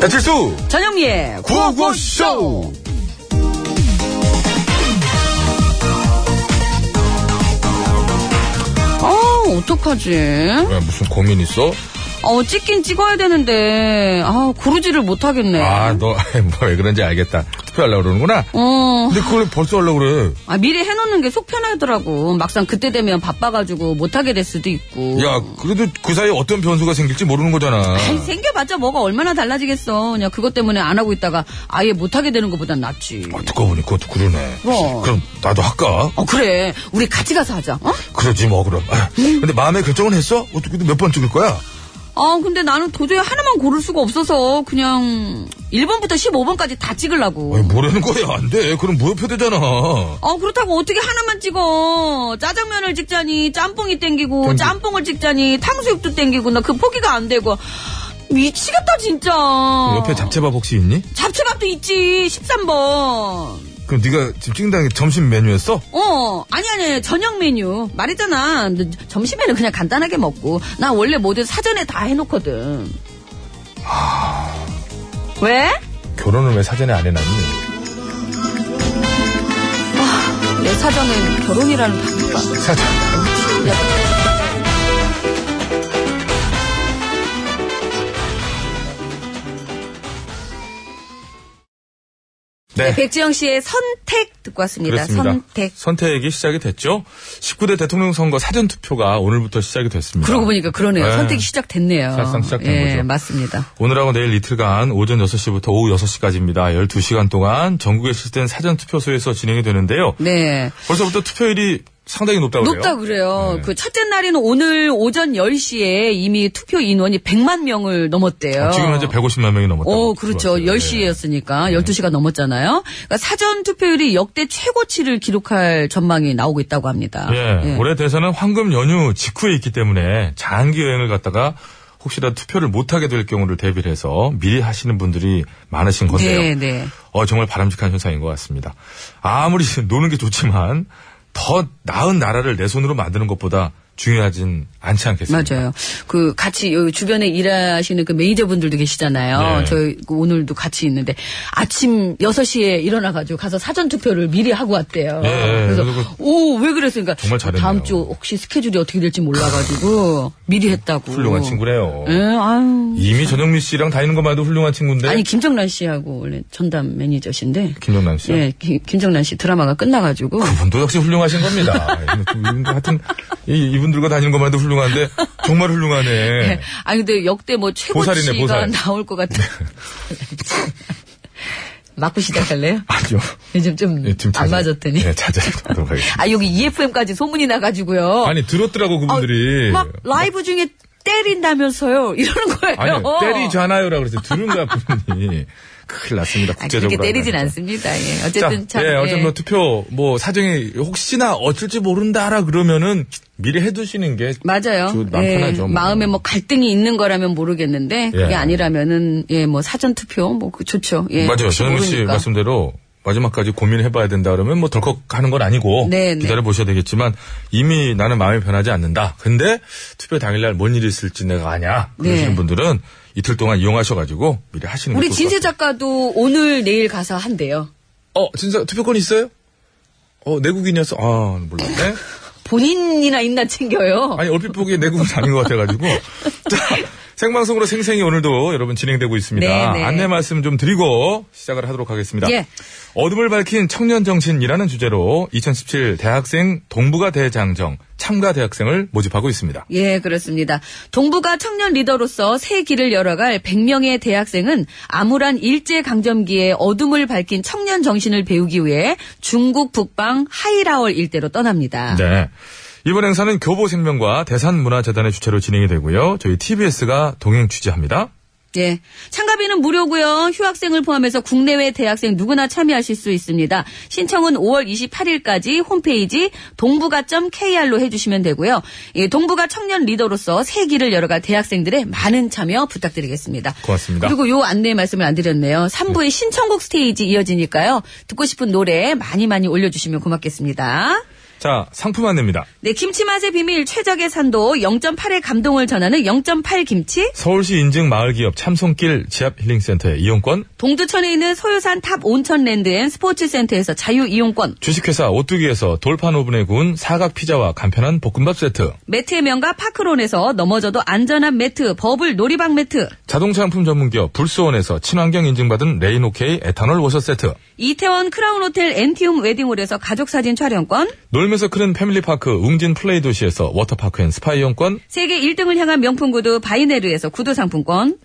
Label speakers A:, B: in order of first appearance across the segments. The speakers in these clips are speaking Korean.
A: 배칠수
B: 전영미의
A: 구호구쇼
B: 아, 어떡하지?
A: 왜 무슨 고민 있어?
B: 어, 찍긴 찍어야 되는데, 아, 고르지를 못하겠네.
A: 아 너 뭐 왜 그런지 알겠다 투표하려고 그러는구나
B: 어,
A: 근데 그걸 벌써 하려고 그래
B: 아, 미리 해놓는 게 속 편하더라고. 막상 그때 되면 바빠가지고 못하게 될 수도 있고.
A: 야 그래도 그 사이에 어떤 변수가 생길지 모르는 거잖아
B: 아이, 생겨봤자 뭐가 얼마나 달라지겠어. 그냥 그것 때문에 안 하고 있다가 아예 못하게 되는 것보단 낫지.
A: 어, 듣고 보니 그것도 그러네
B: 뭐?
A: 아, 그럼 나도 할까?
B: 어, 그래. 우리 같이 가서 하자. 어?
A: 그러지 뭐 그럼 아, 근데 마음의 결정은 했어? 어떻게 몇 번 찍을 거야?
B: 아, 근데 나는 도저히 하나만 고를 수가 없어서 그냥 1번부터 15번까지 다 찍으려고.
A: 아니, 뭐라는 거야 안돼 그럼 무효표되잖아
B: 어, 그렇다고 어떻게 하나만 찍어. 짜장면을 찍자니, 짬뽕이 땡기고,
A: 땡기-
B: 짬뽕을 찍자니, 탕수육도 땡기고, 나 그 포기가 안 되고. 미치겠다, 진짜.
A: 그 옆에 잡채밥 혹시 있니?
B: 밥도 있지, 13번.
A: 그럼 네가 지금 찍는다는 게 점심 메뉴였어?
B: 어, 아니, 아니, 저녁 메뉴. 말했잖아. 너 점심에는 그냥 간단하게 먹고. 나 원래 모두 사전에 다 해놓거든.
A: 아.
B: 왜?
A: 결혼을 왜 사전에 안 해놨니?
B: 내 네, 사전엔 결혼이라는 단어가.
A: 사전 네.
B: 백지영 씨의 선택 듣고 왔습니다.
A: 그렇습니다.
B: 네, 선택.
A: 선택이 시작이 됐죠. 19대 대통령 선거 사전 투표가 오늘부터 시작이 됐습니다.
B: 그러고 보니까 그러네요.
A: 네.
B: 선택이 시작됐네요.
A: 사실상 시작된
B: 예,
A: 거죠.
B: 맞습니다.
A: 오늘하고 내일 이틀간 오전 6시부터 오후 6시까지입니다. 12시간 동안 전국에 실시된 사전 투표소에서 진행이 되는데요.
B: 네.
A: 벌써부터 투표율이 상당히 높다고 그래요. 네.
B: 높다 그래요. 그 첫째 날인 오늘 오전 10시에 이미 투표 인원이 100만 명을 넘었대요.
A: 어, 지금 현재 150만 네. 명이 넘었다.
B: 오, 그렇죠. 10시였으니까 12시가 넘었잖아요. 그러니까 사전 투표율이 역대 최고치를 기록할 전망이 나오고 있다고 합니다.
A: 예,
B: 예.
A: 올해 대선은 황금 연휴 직후에 있기 때문에 장기 여행을 갔다가 혹시라도 투표를 못하게 될 경우를 대비를 해서 미리 하시는 분들이 많으신 건데요.
B: 네, 네.
A: 어, 정말 바람직한 현상인 것 같습니다. 아무리 노는 게 좋지만 더 나은 나라를 내 손으로 만드는 것보다 중요하진 않지 않겠습니까?
B: 맞아요. 그 같이 여기 주변에 일하시는 그 매니저분들도 계시잖아요.
A: 네.
B: 저희 그 오늘도 같이 있는데 아침 6시에 일어나 가지고 가서 사전 투표를 미리 하고 왔대요.
A: 예, 예.
B: 그래서
A: 그래서
B: 오 왜 그랬으니까
A: 정말 잘했네요.
B: 다음 주 혹시 스케줄이 어떻게 될지 몰라 가지고 미리 했다고.
A: 훌륭한 친구네요.
B: 예, 아유.
A: 이미 전영미 씨랑 다니는 것만 해도 훌륭한 친구인데
B: 아니 김정란 씨하고 원래 전담 매니저신데
A: 김정남 씨요.
B: 예, 김- 김정란 씨 드라마가 끝나 가지고
A: 그렇죠. 그분도 역시 훌륭하신 겁니다. 그 이분들 하여튼 이- 이분들과 다니는 것만 해도 훌륭한데 정말 훌륭하네.
B: 예. 아니 근데 역대 뭐 최고치가
A: 보살이네, 네. 보살.
B: 나올 것 같아. 맞고 시작할래요?
A: 아니요.
B: 요즘 네, 좀 안
A: 예, 지금 찾아-
B: 맞았더니.
A: 예, 찾아보도록 하겠습니다.
B: 아 여기 EFM까지 소문이 나가지고요.
A: 아니 들었더라고 그분들이.
B: 어. 아, 막 라이브 중에 때린다면서요. 이러는 거예요.
A: 아니 때리잖아요라고 그래서 들은가 분이 큰일 났습니다.
B: 아,
A: 국제적으로.
B: 그렇게 때리진
A: 하니까.
B: 않습니다. 예. 어쨌든
A: 자,
B: 참.
A: 예,
B: 예.
A: 어쨌든 뭐 투표 뭐 사정이 혹시나 어쩔지 모른다라 그러면은 미리 해두시는 게
B: 맞아요.
A: 주- 마음 편하죠, 뭐.
B: 마음에 뭐 갈등이 있는 거라면 모르겠는데
A: 예.
B: 그게 아니라면은 예 뭐 사전 투표 뭐 그 좋죠. 예.
A: 맞아요.
B: 혹시
A: 전현무 씨
B: 모르니까.
A: 말씀대로 마지막까지 고민해봐야 된다 그러면 뭐 덜컥 하는 건 아니고
B: 네, 네.
A: 기다려 보셔야 되겠지만 이미 나는 마음이 변하지 않는다. 근데 투표 당일날 뭔 일이 있을지 내가 아냐 그러시는
B: 네.
A: 분들은 이틀 동안 이용하셔가지고 미리 하시는 게
B: 우리
A: 좋을
B: 진세
A: 것 같아요.
B: 작가도 오늘 내일 가서 한대요.
A: 어 진짜 투표권 있어요? 어 내국인이었어? 아 몰랐네.
B: 본인이나 있나 챙겨요.
A: 아니 얼핏 보기에 내국은 아닌 것 같아가지고 자 생방송으로 생생히 오늘도 여러분 진행되고 있습니다.
B: 네, 네.
A: 안내 말씀 좀 드리고 시작을 하도록 하겠습니다.
B: 예.
A: 어둠을 밝힌 청년 정신이라는 주제로 2017 대학생 동부가 대장정 참가 대학생을 모집하고 있습니다.
B: 예, 그렇습니다. 동부가 청년 리더로서 새 길을 열어갈 100명의 대학생은 암울한 일제강점기의 어둠을 밝힌 청년 정신을 배우기 위해 중국 북방 하이라월 일대로 떠납니다.
A: 네. 이번 행사는 교보생명과 대산문화재단의 주최로 진행이 되고요. 저희 TBS가 동행 취재합니다.
B: 예. 참가비는 무료고요. 휴학생을 포함해서 국내외 대학생 누구나 참여하실 수 있습니다. 신청은 5월 28일까지 홈페이지 동부가.kr로 해주시면 되고요. 예, 동부가 청년 리더로서 새 길을 열어갈 대학생들의 많은 참여 부탁드리겠습니다.
A: 고맙습니다.
B: 그리고 요 안내 말씀을 안 드렸네요. 3부의 신청곡 스테이지 이어지니까요. 듣고 싶은 노래 많이 많이 올려주시면 고맙겠습니다.
A: 자, 상품 안내입니다.
B: 네, 김치 맛의 비밀 최적의 산도 0.8의 감동을 전하는 0.8 김치,
A: 서울시 인증 마을기업 참손길 지압 힐링센터의 이용권,
B: 동두천에 있는 소유산 탑 온천랜드 앤 스포츠센터에서 자유 이용권,
A: 주식회사 오뚜기에서 돌판 오븐에 구운 사각 피자와 간편한 볶음밥 세트,
B: 매트의 명가 파크론에서 넘어져도 안전한 매트, 버블 놀이방 매트,
A: 자동차 용품 전문기업 불수원에서 친환경 인증받은 레인오케이 에탄올 워셔 세트,
B: 이태원 크라운 호텔 엔티움 웨딩홀에서 가족 사진 촬영권,
A: 놀면서 크는 패밀리파크 웅진 플레이 도시에서 워터파크 앤 스파 이용권,
B: 세계 1등을 향한 명품 구두 바이네르에서 구두 상품권,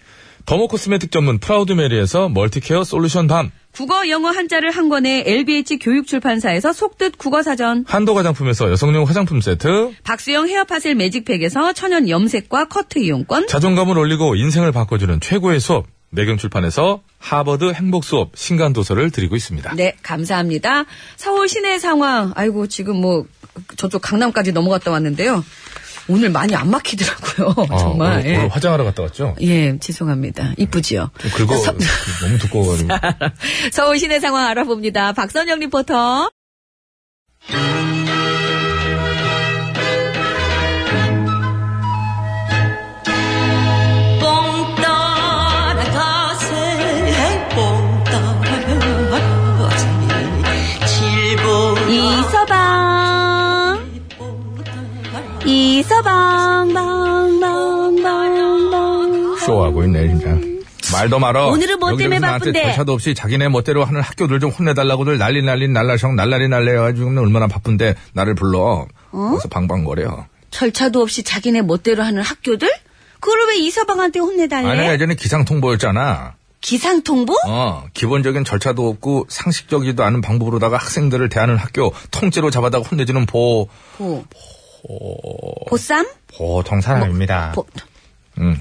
A: 더모 코스메틱 전문 프라우드메리에서 멀티케어 솔루션 밤,
B: 국어 영어 한자를 한 권에 LBH 교육 출판사에서 속뜻 국어 사전,
A: 한도 화장품에서 여성용 화장품 세트,
B: 박수영 헤어파셀 매직팩에서 천연 염색과 커트 이용권,
A: 자존감을 올리고 인생을 바꿔주는 최고의 수업, 매경출판에서 하버드 행복 수업 신간 도서를 드리고 있습니다.
B: 네, 감사합니다. 서울 시내 상황, 아이고, 지금 뭐, 저쪽 강남까지 넘어갔다 왔는데요. 오늘 많이 안 막히더라고요.
A: 아,
B: 정말.
A: 오늘,
B: 예. 아,
A: 오늘 화장하러 갔다 왔죠?
B: 예, 죄송합니다. 이쁘지요?
A: 좀 긁어 너무 두꺼워가지고.
B: 서울 시내 상황 알아봅니다. 박선영 리포터.
C: 뽕 따라가세 뽕 따라가세 칠보
B: 이서방,
C: 뽕 따라가세
B: 이서방, 방, 방, 방, 방.
A: 쇼하고 있네 진짜. 말도 말어.
B: 오늘은 뭐 때문에
A: 여기저기서 나한테
B: 바쁜데?
A: 절차도 없이 자기네 멋대로 하는 학교들 좀 혼내달라고들 난리 난리 날라성 날라리 날래요. 지금 얼마나 바쁜데 나를
B: 어?
A: 불러. 그래서 방방거려.
B: 절차도 없이 자기네 멋대로 하는 학교들? 그걸 왜 이서방한테 혼내달래?
A: 아니 예전에 기상 통보였잖아.
B: 기상통보?
A: 어 기본적인 절차도 없고 상식적이지도 않은 방법으로다가 학생들을 대하는 학교 통째로 잡아다가 혼내주는 보 어.
B: 보. 어. 보쌈?
A: 보통 사람입니다.
B: 뭐, 보.
A: 음.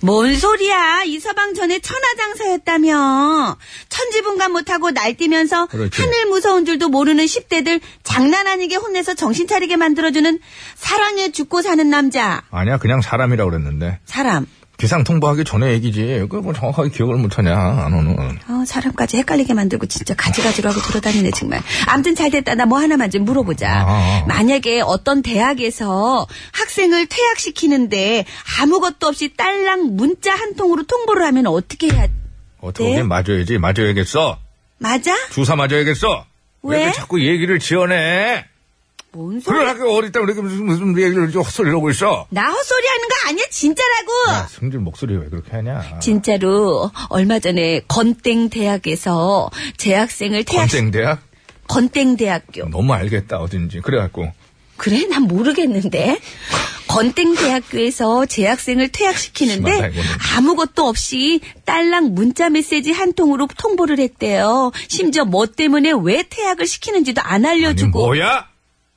B: 뭔 소리야? 이서방 전에 천하장사였다며. 천지분간 못하고 날뛰면서
A: 그렇지.
B: 하늘 무서운 줄도 모르는 10대들 장난 아니게 혼내서 정신 차리게 만들어주는 사랑에 죽고 사는 남자.
A: 아니야 그냥 사람이라고 그랬는데
B: 사람.
A: 기상 통보하기 전에 얘기지. 그걸 뭐 정확하게 기억을 못하냐 너는.
B: 어, 사람까지 헷갈리게 만들고 진짜 가지가지로 하고 돌아다니네 정말. 암튼 잘 됐다. 나 뭐 하나만 좀 물어보자.
A: 아.
B: 만약에 어떤 대학에서 학생을 퇴학시키는데 아무것도 없이 딸랑 문자 한 통으로 통보를 하면 어떻게 해야
A: 어떻게
B: 네?
A: 보긴 맞아야지 맞아야겠어.
B: 맞아?
A: 주사 맞아야겠어.
B: 왜?
A: 이렇게 자꾸 얘기를 지어내?
B: 뭔 소리야?
A: 그런 학교 어릴 때 이렇게 무슨, 무슨 얘기를 이렇게 헛소리를 하고 있어?
B: 나 헛소리 하는 거 아니야 진짜라고
A: 야, 승질 목소리 왜 그렇게 하냐?
B: 어. 진짜로 얼마 전에 건땡 대학에서 재학생을 퇴학
A: 건땡대야?
B: 건땡 대학교
A: 너무 알겠다 어딘지 그래갖고
B: 그래 난 모르겠는데 건땡 대학교에서 재학생을
A: 심하다,
B: 퇴학시키는데
A: 이거는.
B: 아무것도 없이 딸랑 문자 메시지 한 통으로 통보를 했대요 심지어 뭐 때문에 왜 퇴학을 시키는지도 안
A: 아니
B: 알려주고
A: 뭐야?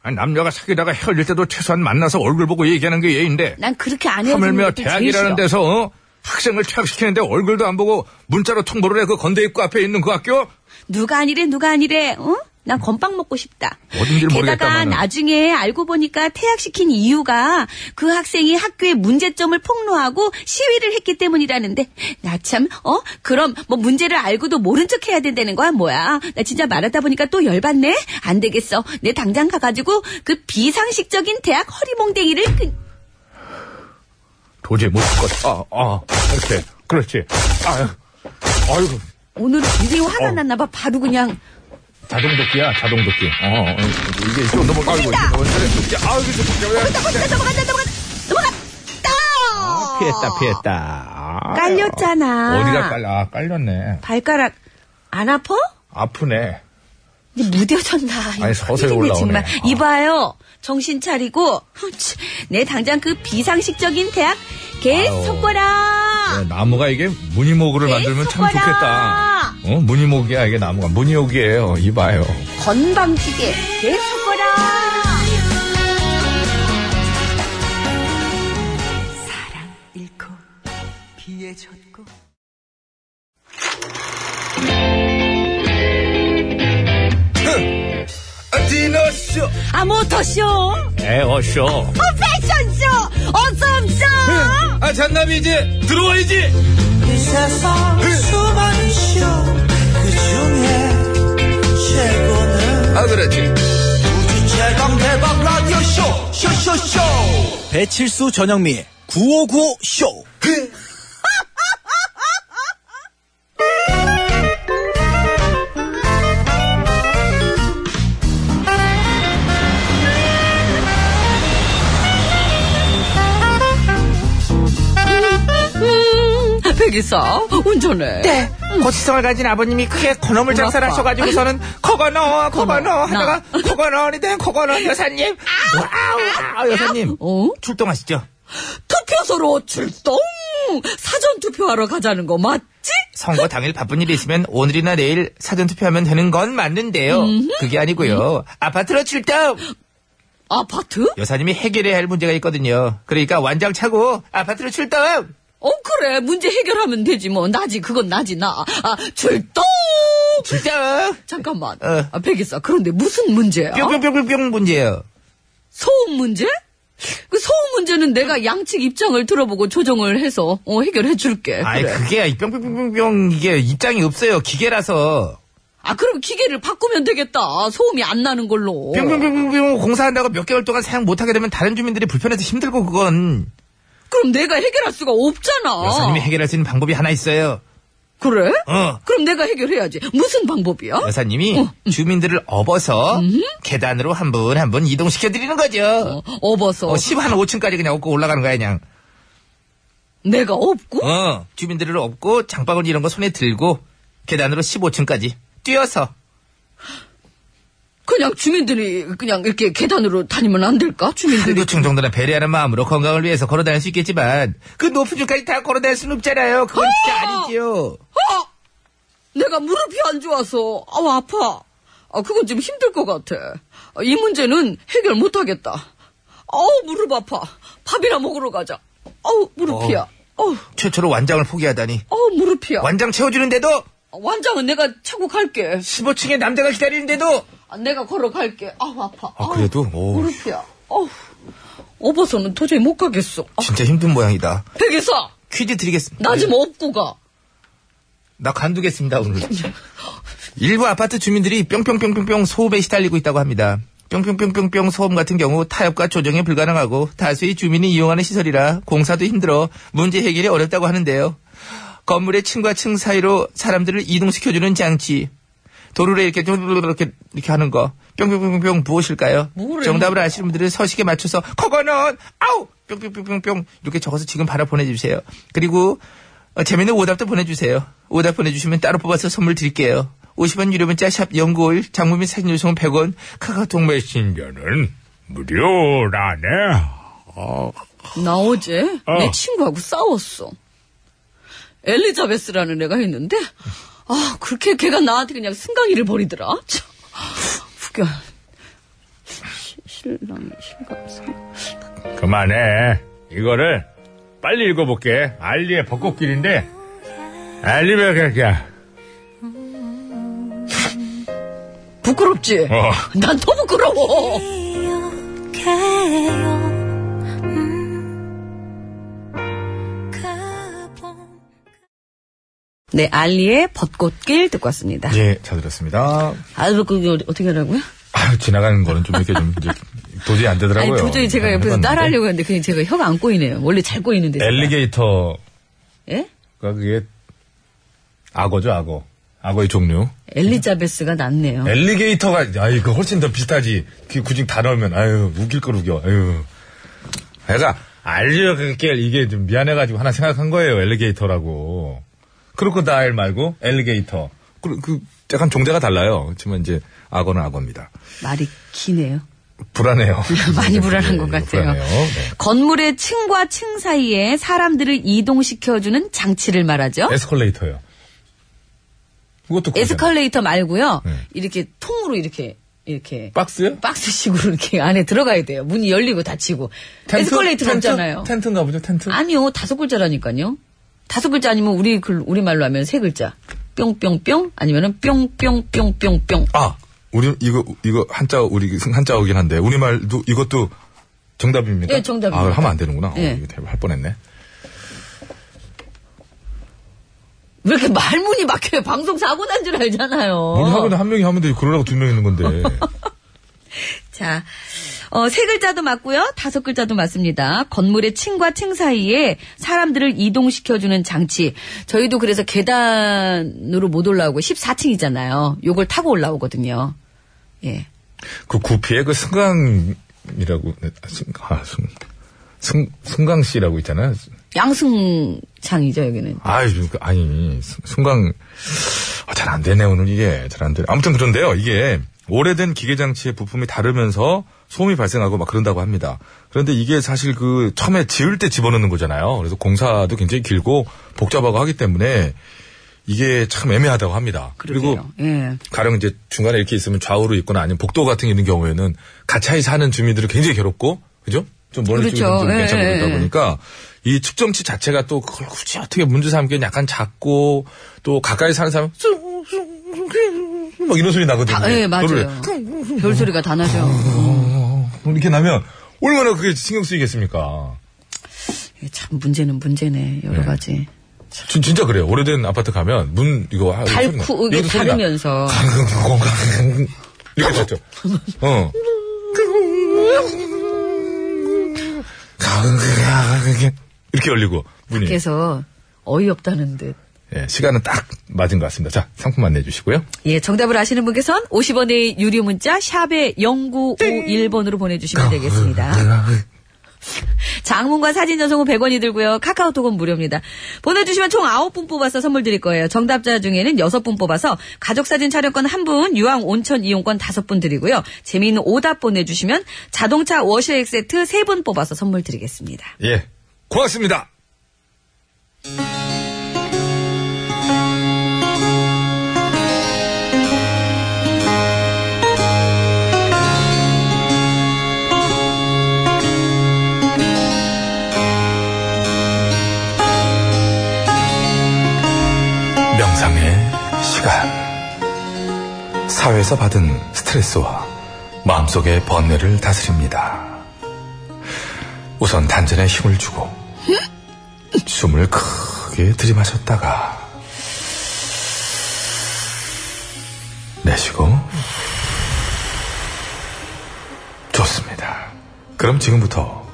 A: 아니, 남녀가 사귀다가 헤어질 때도 최소한 만나서 얼굴 보고 얘기하는 게 예인데
B: 난 그렇게 안 해주는
A: 하물며
B: 것도 네, 제일 싫어
A: 대학이라는 데서 어? 학생을 퇴학시키는데 얼굴도 안 보고 문자로 통보를 해 그 건대 입구 앞에 있는 그 학교?
B: 누가 아니래 누가 아니래 어? 난 건빵 먹고 싶다.
A: 어딘지를
B: 게다가
A: 모르겠다마는.
B: 나중에 알고 보니까 퇴학시킨 이유가 그 학생이 학교의 문제점을 폭로하고 시위를 했기 때문이라는데 나 참 어? 그럼 뭐 문제를 알고도 모른 척 해야 된다는 거야 뭐야? 나 진짜 말하다 보니까 또 열받네. 안 되겠어. 내 당장 가가지고 그 비상식적인 대학 허리몽댕이를 그...
A: 도저히 못할 것 같아. 아, 아, 그렇지, 그렇지. 아유, 아이고.
B: 오늘은 굉장히
A: 어.
B: 화가 났나 봐. 바로 그냥
A: 자동도끼야, 자동도끼. 어, 어, 이게 좀 넘어, 아이고, 이게 넘어, 아이고, 좀,
B: 넘어간다 넘어간다 넘어간다 넘어갔다.
A: 아,
B: 어.
A: 피했다, 피했다. 아,
B: 깔렸잖아.
A: 어디가 깔려, 아, 깔렸네.
B: 발가락 안 아파?
A: 아프네.
B: 이제 무뎌졌나? 이거
A: 서서히
B: 이게
A: 올라오네.
B: 정말.
A: 아.
B: 이봐요. 정신 차리고 흠치, 내 당장 그 비상식적인 대학 개
A: 아유.
B: 섞어라.
A: 네, 나무가 이게 무늬목을
B: 에이,
A: 만들면 참
B: 속거라.
A: 좋겠다. 어, 무늬목이야, 이게 나무가. 무늬옥이에요. 이봐요.
B: 건방지게 개 섞어라.
C: 잃고 비에 젖고
A: 아, 디너쇼!
B: 아 모터쇼,
A: 에어쇼.
B: 패션쇼, 어썸쇼.
A: 아, 잔나비 이제 들어와야지!
C: 이 세상 수많은 쇼그 중에 최고는
A: 아, 그렇지.
C: 우주
D: 대박 대박 라디오 쇼 쇼쇼쇼
E: 배칠수 전영미 9595 쇼.
A: 네.
B: 백이사 운전해.
A: 때 고치성을 가진 아버님이 크게 건어물
B: 우리
A: 장사를
B: 아빠.
A: 하셔가지고서는 코건어 코건어
B: 코건어,
A: 하다가 코건어니 된 코건어 여사님 아우 아우 여사님
B: 어?
A: 출동하시죠
B: 투표소로 출동. 사전 투표하러 가자는 거 맞지?
A: 선거 당일 바쁜 일이 있으면 오늘이나 내일 사전 투표하면 되는 건 맞는데요 그게 아니고요 아파트로 출동
B: 아파트?
A: 여사님이 해결해야 할 문제가 있거든요 그러니까 완장 차고 아파트로 출동
B: 어 그래 문제 해결하면 되지 뭐 나지 그건 나지 나. 아 출동.
A: 출동
B: 잠깐만.
A: 어.
B: 아, 백이사 그런데 무슨 문제야?
A: 뿅뿅뿅뿅뿅 문제요
B: 소음 문제? 그 소음 문제는 내가 양측 입장을 들어보고 조정을 해서 어, 해결해 줄게.
A: 아이
B: 그래.
A: 그게 이 뿅뿅뿅뿅 이게 입장이 없어요 기계라서
B: 아, 그럼 기계를 바꾸면 되겠다. 소음이 안 나는 걸로.
A: 뿅뿅뿅뿅 공사한다고 몇 개월 동안 사용 못하게 되면 다른 주민들이 불편해서 힘들고 그건
B: 그럼 내가 해결할 수가 없잖아.
A: 여사님이 해결할 수 있는 방법이 하나 있어요.
B: 그래?
A: 어.
B: 그럼 내가 해결해야지. 무슨 방법이야?
A: 여사님이
B: 어.
A: 주민들을 업어서 계단으로 한 분 한 분 이동시켜 드리는 거죠.
B: 음? 어, 업어서.
A: 어, 10, 한 5층까지 그냥 업고 올라가는 거야, 그냥.
B: 내가 업고?
A: 어, 주민들을 업고 장바구니 이런 거 손에 들고 계단으로 15층까지 뛰어서.
B: 그냥 주민들이 그냥 이렇게 계단으로 다니면 안 될까? 주민들이.
A: 한두 층 정도는 배려하는 마음으로 건강을 위해서 걸어 다닐 수 있겠지만, 그 높은 줄까지 다 걸어 다닐 수는 없잖아요. 그건 진짜
B: 어!
A: 아니지요.
B: 어! 내가 무릎이 안 좋아서, 아우, 아파. 아, 그건 좀 힘들 것 같아. 아, 이 문제는 해결 못 하겠다. 어우, 무릎 아파. 밥이나 먹으러 가자. 어우, 무릎이야. 어우,
A: 최초로 완장을 포기하다니.
B: 어우, 무릎이야.
A: 완장 채워주는데도
B: 아, 완장은 내가 차고 갈게.
A: 15층에 남자가 기다리는데도
B: 아, 내가 걸어갈게. 아우, 아파.
F: 아, 그래도?
B: 아우,
F: 어우.
B: 무릎이야. 어우, 업어서는 도저히 못 가겠어. 아,
A: 진짜 힘든 모양이다.
B: 백이사!
A: 퀴즈 드리겠습니다.
B: 나 좀 업고 가.
A: 나 관두겠습니다 오늘. 일부 아파트 주민들이 뿅뿅뿅뿅뿅 소음에 시달리고 있다고 합니다. 뿅뿅뿅뿅뿅 소음 같은 경우 타협과 조정이 불가능하고 다수의 주민이 이용하는 시설이라 공사도 힘들어 문제 해결이 어렵다고 하는데요. 건물의 층과 층 사이로 사람들을 이동시켜주는 장치. 도로를 이렇게 좀 이렇게 이렇게 하는 거. 뿅뿅뿅뿅 무엇일까요?
B: 뭐래요?
A: 정답을 아시는 분들은 서식에 맞춰서 그거는 아우 뿅뿅뿅뿅뿅 이렇게 적어서 지금 바로 보내주세요. 그리고 어, 재밌는 오답도 보내주세요. 오답 보내주시면 따로 뽑아서 선물 드릴게요. 50원 유료 문자 샵 연구일 장문 및 사진 요청은 100원 카카오톡 메신저는
F: 무료라네.
B: 나 어제 내 친구하고 싸웠어. 엘리자베스라는 애가 있는데, 아, 그렇게 걔가 나한테 그냥 승강이를 벌이더라. 참, 후견. 시- 신랑, 신감상.
F: 그만해. 이거를 빨리 읽어볼게. 알리의 벚꽃길인데, 알리백이야.
B: 부끄럽지?
F: 어.
B: 난 더 부끄러워!
D: 기억해요 음, 그분
B: 네, 알리의 벚꽃길 듣고 왔습니다.
A: 네.
F: 예, 잘 들었습니다.
B: 알리 그게 어떻게 하라고요?
F: 아유, 지나가는 거는 좀 이렇게 좀 이제 도저히 안 되더라고요.
B: 아니, 도저히 제가
F: 안
B: 옆에서
F: 해봤는데.
B: 따라하려고 했는데, 그냥 제가 혀가 안 꼬이네요. 원래 잘 꼬이는데. 제가.
F: 엘리게이터가
B: 예?
F: 그게 악어죠, 악어. 악어의 종류.
B: 엘리자베스가 낫네요.
F: 엘리게이터가, 아이, 그 훨씬 더 비슷하지. 그 굳이 다 넣으면, 아유, 웃길 걸 우겨, 아유. 애가, 알리게 이게 좀 미안해가지고 하나 생각한 거예요, 엘리게이터라고. 크로코다일 말고, 엘리게이터. 그, 그, 약간 종자가 달라요. 그렇지만 이제, 악어는 악어입니다.
B: 말이 기네요.
F: 불안해요.
B: 많이 불안한 것
F: 예,
B: 같아요.
F: 불안해요. 네.
B: 건물의 층과 층 사이에 사람들을 이동시켜주는 장치를 말하죠.
F: 에스컬레이터요. 그것도 그거잖아요.
B: 어? 에스컬레이터 말고요.
F: 네.
B: 이렇게 통으로 이렇게 이렇게
F: 박스요?
B: 박스식으로 이렇게 안에 들어가야 돼요. 문이 열리고 닫히고 에스컬레이터
F: 텐트?
B: 없잖아요.
F: 텐트인가 보죠, 텐트?
B: 아니요, 다섯 글자라니까요. 다섯 글자 아니면 우리 글 우리 말로 하면 세 글자. 뿅뿅뿅 아니면은 뿅뿅뿅뿅뿅.
F: 아, 우리 이거 이거 한자 우리 한자어긴 한데 우리 말도 이것도 정답입니까?
B: 예, 정답입니다.
F: 아, 하면 안 되는구나.
B: 예.
F: 어, 이거 대박 할 뻔했네.
B: 왜 이렇게 말문이 막혀요? 방송 사고 난 줄 알잖아요.
F: 우리 학원에 한 명이 하면 돼. 그러라고 두 명 있는 건데.
B: 자, 어, 세 글자도 맞고요. 다섯 글자도 맞습니다. 건물의 층과 층 사이에 사람들을 이동시켜주는 장치. 저희도 그래서 계단으로 못 올라오고 14층이잖아요. 요걸 타고 올라오거든요. 예.
A: 그 구피에 그 승강이라고 아, 승, 아, 승, 승, 승강 씨라고 있잖아요.
B: 양승창이죠, 여기는.
A: 아이, 그, 아니, 승- 승강, 아, 잘안 되네, 오늘 이게. 잘 안 돼. 아무튼 그런데요, 이게, 오래된 기계장치의 부품이 다르면서 소음이 발생하고 막 그런다고 합니다. 그런데 이게 사실 그, 처음에 지을 때 집어넣는 거잖아요. 그래서 공사도 굉장히 길고 복잡하고 하기 때문에 이게 참 애매하다고 합니다. 그리고
B: 그러게요. 예.
A: 가령 이제 중간에 이렇게 있으면 좌우로 있거나 아니면 복도 같은 게 있는 경우에는 가차이 사는 주민들은 굉장히 괴롭고, 그죠? 좀 멀리
B: 그렇죠.
A: 쪽에 좀
B: 예,
A: 괜찮고
B: 예,
A: 그러다
B: 예.
A: 보니까 이 측정치 자체가 또 그걸 굳이 어떻게 문제 삼기엔 약간 작고 또 가까이 사는 사람 막 이런 소리 나거든요.
B: 다, 예, 맞아요.
A: 노래를
B: 별소리가 다 나죠.
A: 이렇게 나면 얼마나 그게 신경 쓰이겠습니까?
B: 예, 참, 문제는 문제네. 여러 가지.
A: 진, 진짜 그래요. 오래된 아파트 가면 문 이거 하-
B: 닳고, 이게
A: 이것도 소리가
B: 다르면서.
A: 이렇게 됐죠. 어. 이렇게 열리고 문이.
B: 그래서 어이없다는 듯.
A: 예, 시간은 딱 맞은 것 같습니다. 자, 상품 안내해 주시고요.
B: 예, 정답을 아시는 분께선 50원의 유료 문자 샵에 0951번으로 보내주시면 되겠습니다. 장문과 사진 전송 후 100원이 들고요. 카카오톡은 무료입니다. 보내주시면 총 9분 뽑아서 선물 드릴 거예요. 정답자 중에는 6분 뽑아서 가족사진 촬영권 1분, 유황 온천 이용권 5분 드리고요. 재미있는 오답 보내주시면 자동차 워셔액 세트 3분 뽑아서 선물 드리겠습니다.
A: 예. 고맙습니다. 명상의 시간. 사회에서 받은 스트레스와 마음속의 번뇌를 다스립니다. 우선 단전에 힘을 주고 숨을 크게 들이마셨다가 내쉬고 좋습니다. 그럼 지금부터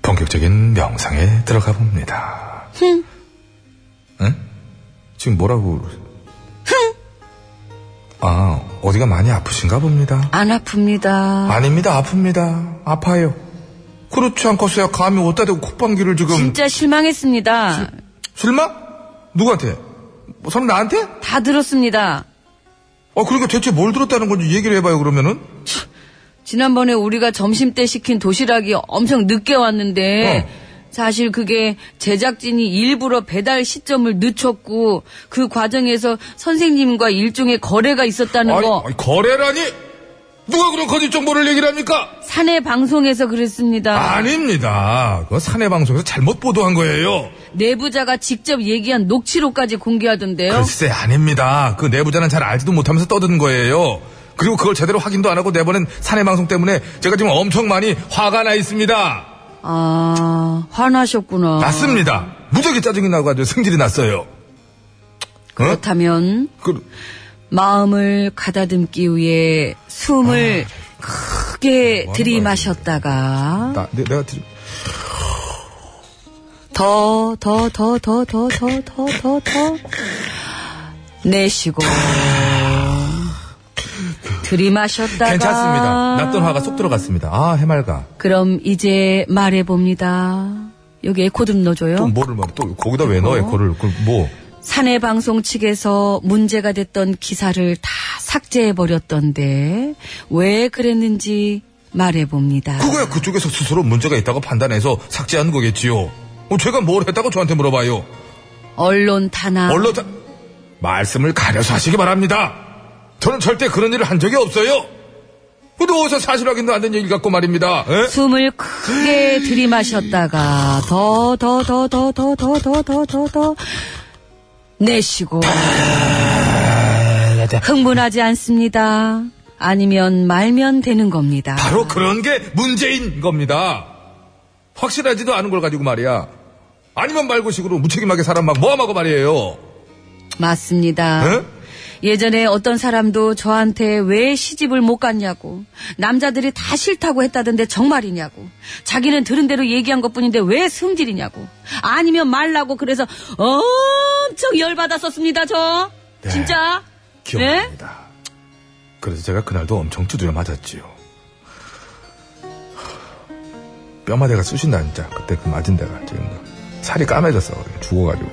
A: 본격적인 명상에 들어가 봅니다. 응? 지금 뭐라고? 아 어디가 많이 아프신가 봅니다.
B: 안 아픕니다.
A: 아닙니다. 아픕니다. 아파요. 그렇지 않겠어요. 감히 어디다 대고 콧방귀를 지금.
B: 진짜 실망했습니다.
A: 설마? 누구한테? 뭐, 설마 나한테?
B: 다 들었습니다.
A: 어, 그러니까 대체 뭘 들었다는 건지 얘기를 해봐요, 그러면은.
B: 지난번에 우리가 점심 때 시킨 도시락이 엄청 늦게 왔는데 사실 그게 제작진이 일부러 배달 시점을 늦췄고 그 과정에서 선생님과 일종의 거래가 있었다는
A: 아니,
B: 거
A: 아니, 거래라니? 누가 그런 거짓 정보를 얘기를 합니까?
B: 사내 방송에서
A: 아.
B: 그랬습니다.
A: 아닙니다. 그거 사내 방송에서 잘못 보도한 거예요.
B: 내부자가 직접 얘기한 녹취록까지 공개하던데요.
A: 글쎄, 아닙니다. 그 내부자는 잘 알지도 못하면서 떠든 거예요. 그리고 그걸 제대로 확인도 안 하고 내보낸 사내 방송 때문에 제가 지금 엄청 많이 화가 나 있습니다.
B: 아 화나셨구나.
A: 났습니다. 어? 무지하게 짜증이 나고 아주 성질이 났어요. 어?
B: 그렇다면
A: 그,
B: 마음을 가다듬기 위해 숨을
A: 아, 뭐
B: 크게 들이마셨다가
A: 나, 내, 내가 드림.
B: 더, 더, 더, 더, 더, 더, 더, 더, 더. 내쉬고. 들이마셨다가.
A: 괜찮습니다. 났던 화가 쏙 들어갔습니다. 아, 해맑아.
B: 그럼 이제 말해봅니다. 여기 에코 좀 넣어줘요.
A: 또 뭐를 막, 또, 거기다 왜 넣어, 에코를. 그, 뭐.
B: 사내 방송 측에서 문제가 됐던 기사를 다 삭제해버렸던데, 왜 그랬는지 말해봅니다.
A: 그거야 그쪽에서 스스로 문제가 있다고 판단해서 삭제한 거겠지요. 어, 제가 뭘 했다고 저한테 물어봐요.
B: 언론 탄압.
A: 언론, 자- 말씀을 가려서 하시기 바랍니다. 저는 절대 그런 일을 한 적이 없어요. 그래도 어디서 사실 확인도 안 된 얘기 갖고 말입니다. 에?
B: 숨을 크게
A: 그
B: 들이마셨다가 더 더 더 더 더 더 더 더 더 더 내쉬고 흥분하지 않습니다. 아니면 말면 되는 겁니다.
A: 바로 그런 게 문제인 겁니다. 확실하지도 않은 걸 가지고 말이야. 아니면 말고식으로 무책임하게 사람 막 모함하고 말이에요.
B: 맞습니다.
A: 에?
B: 예전에 어떤 사람도 저한테 왜 시집을 못 갔냐고 남자들이 다 싫다고 했다던데 정말이냐고 자기는 들은 대로 얘기한 것뿐인데 왜 승질이냐고 아니면 말라고 그래서 엄청 열받았었습니다 저
G: 네.
B: 진짜 네?
G: 기억납니다. 그래서 제가 그날도 엄청 두드려 맞았지요. 뼈마디가 쑤신다 진짜 그때 그 맞은 데가 지금 살이 까매졌어 죽어가지고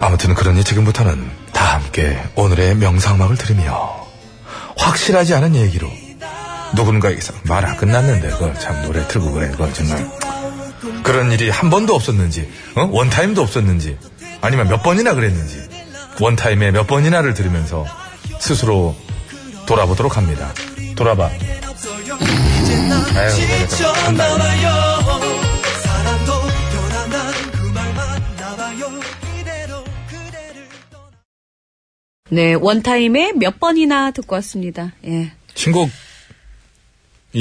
G: 아무튼 그러니 지금부터는 다 함께 오늘의 명상음악을 들으며 확실하지 않은 얘기로 누군가에게서 말아 끝났는데 그걸 참 노래 틀고 그래 그걸 정말 그런 일이 한 번도 없었는지 어? 원타임도 없었는지 아니면 몇 번이나 그랬는지 원타임에 몇 번이나를 들으면서 스스로 돌아보도록 합니다 돌아봐 아유, 이번에 좀 간다.
H: 사람도 변함난 그 말만 남아요 이대로 그대를 떠나
B: 네 원타임에 몇 번이나 듣고 왔습니다 예
A: 신곡이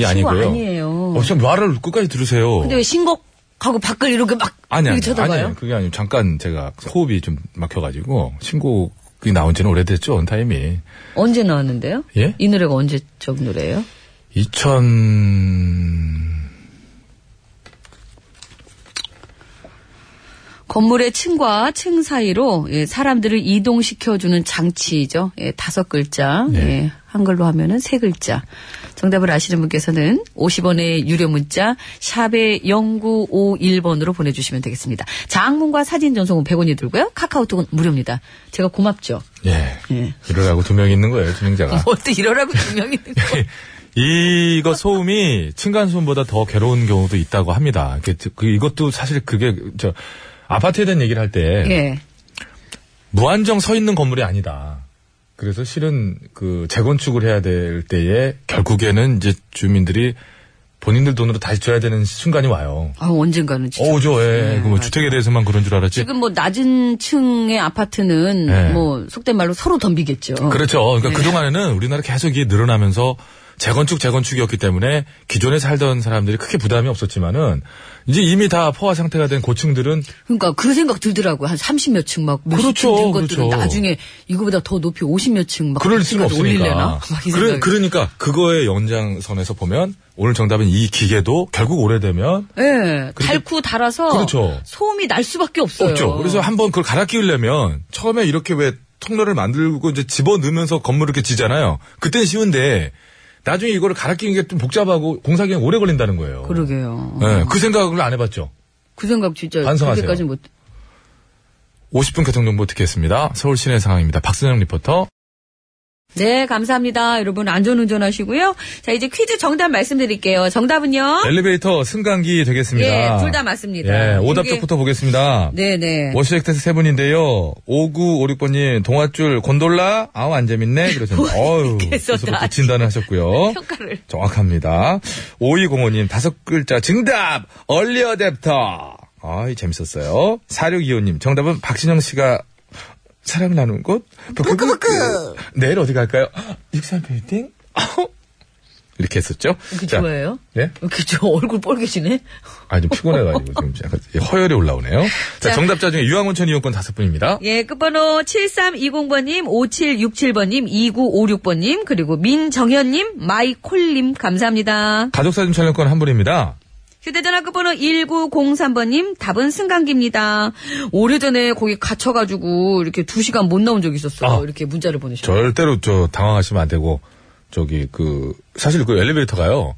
A: 아니고요.
B: 아니에요
A: 어, 지금 말을 끝까지 들으세요.
B: 근데 왜 신곡하고 밖을 이렇게 막
A: 아니, 아니,
B: 이렇게 쳐다봐요
A: 아니, 그게 아니고, 잠깐 제가 호흡이 좀 막혀가지고, 신곡이 나온 지는 오래됐죠, 온타임이.
B: 언제 나왔는데요
A: 예?
B: 이 노래가 언제적 노래예요
A: 2000,
B: 건물의 층과 층 사이로 예, 사람들을 이동시켜주는 장치이죠. 예, 다섯 글자. 예, 한글로 하면은 세 글자. 정답을 아시는 분께서는 50원의 유료 문자 샵에 0951번으로 보내주시면 되겠습니다. 장문과 사진 전송은 100원이 들고요. 카카오톡은 무료입니다. 제가 고맙죠.
A: 예.
B: 예. 뭐
A: 이러라고 두 명 있는 거예요, 진행자가.
B: 어때 이러라고 분명히.
A: 이거 소음이 층간소음보다 더 괴로운 경우도 있다고 합니다. 그, 그, 이것도 사실 그게, 저, 아파트에 대한 얘기를 할 때,
B: 예.
A: 무한정 서 있는 건물이 아니다. 그래서 실은 그 재건축을 해야 될 때에 결국에는 이제 주민들이 본인들 돈으로 다시 줘야 되는 순간이 와요.
B: 아 언젠가는 진짜.
A: 오죠, 예.
B: 네,
A: 그뭐
B: 맞아.
A: 주택에 대해서만 그런 줄 알았지.
B: 지금 뭐 낮은 층의 아파트는
A: 예.
B: 뭐 속된 말로 서로 덤비겠죠.
A: 그렇죠. 그러니까
B: 네.
A: 그동안에는 우리나라 계속 이게 늘어나면서 재건축, 재건축이었기 때문에 기존에 살던 사람들이 크게 부담이 없었지만은 이제 이미 다 포화 상태가 된 고층들은
B: 그러니까 그 생각 들더라고요. 한 30몇 층 막, 몇십
A: 그렇죠,
B: 층된 것들은
A: 그렇죠.
B: 나중에 이거보다 더 높이 50몇 층 막,
A: 그럴 수는
B: 이렇게까지 올릴려나?
A: 없으니까.
B: 막이
A: 그래,
B: 생각이.
A: 그러니까 그거의 연장선에서 보면 오늘 정답은 이 기계도 결국 오래되면
B: 예, 달고 달아서
A: 그렇죠.
B: 소음이 날 수밖에 없어요.
A: 없죠. 그래서 한번 그걸 갈아 끼우려면 처음에 이렇게 왜 통로를 만들고 이제 집어 넣으면서 건물을 이렇게 지잖아요. 그땐 쉬운데 나중에 이거를 갈아 끼는 게 좀 복잡하고 공사 기간 오래 걸린다는 거예요.
B: 그러게요.
A: 예, 그 생각을 안 해봤죠.
B: 그 생각 진짜
A: 반성하세요.
B: 그렇게까지 못
A: 50분 교통정보 듣겠습니다. 서울 시내 상황입니다. 박선영 리포터.
B: 네, 감사합니다. 여러분 안전운전 하시고요. 자, 이제 퀴즈 정답 말씀드릴게요. 정답은요?
A: 엘리베이터 승강기 되겠습니다.
B: 예, 둘 다 맞습니다.
A: 네, 예, 오답
B: 이게-
A: 쪽부터 보겠습니다.
B: 네, 네.
A: 워시액테스 세 분인데요. 5956번님, 동아줄 곤돌라? 아우, 안 재밌네.
B: 뭐
A: 그러셨는데, 어유
B: 그래서
A: 스스로
B: 나-
A: 진단을 하셨고요.
B: 평가를.
A: 정확합니다. 5205님, 다섯 글자 정답! 얼리 어댑터! 아이, 재밌었어요. 4625님, 정답은 박신영 씨가 사랑 나눈 곳? 부끄부끄! 내일 어디 갈까요? 육산 빌딩? 아우. 이렇게 했었죠?
B: 그
A: 자,
B: 좋아해요?
A: 네?
B: 그저 얼굴 뻘개지네.
A: 아, 좀 피곤해가지고, 좀 약간 허열이 올라오네요. 자,
B: 자.
A: 정답자 중에 유황온천 이용권 다섯 분입니다.
B: 예, 끝번호 7320번님, 5767번님, 2956번님, 그리고 민정현님, 마이콜님, 감사합니다.
A: 가족사진 촬영권 한 분입니다.
B: 휴대전화 끝번호 1903번님, 답은 승강기입니다. 오래전에 거기 갇혀가지고 이렇게 두시간못 나온 적이 있었어요.
A: 아.
B: 이렇게 문자를 보내셨어요.
A: 절대로 저 당황하시면 안 되고 저기 그 사실 그 엘리베이터가요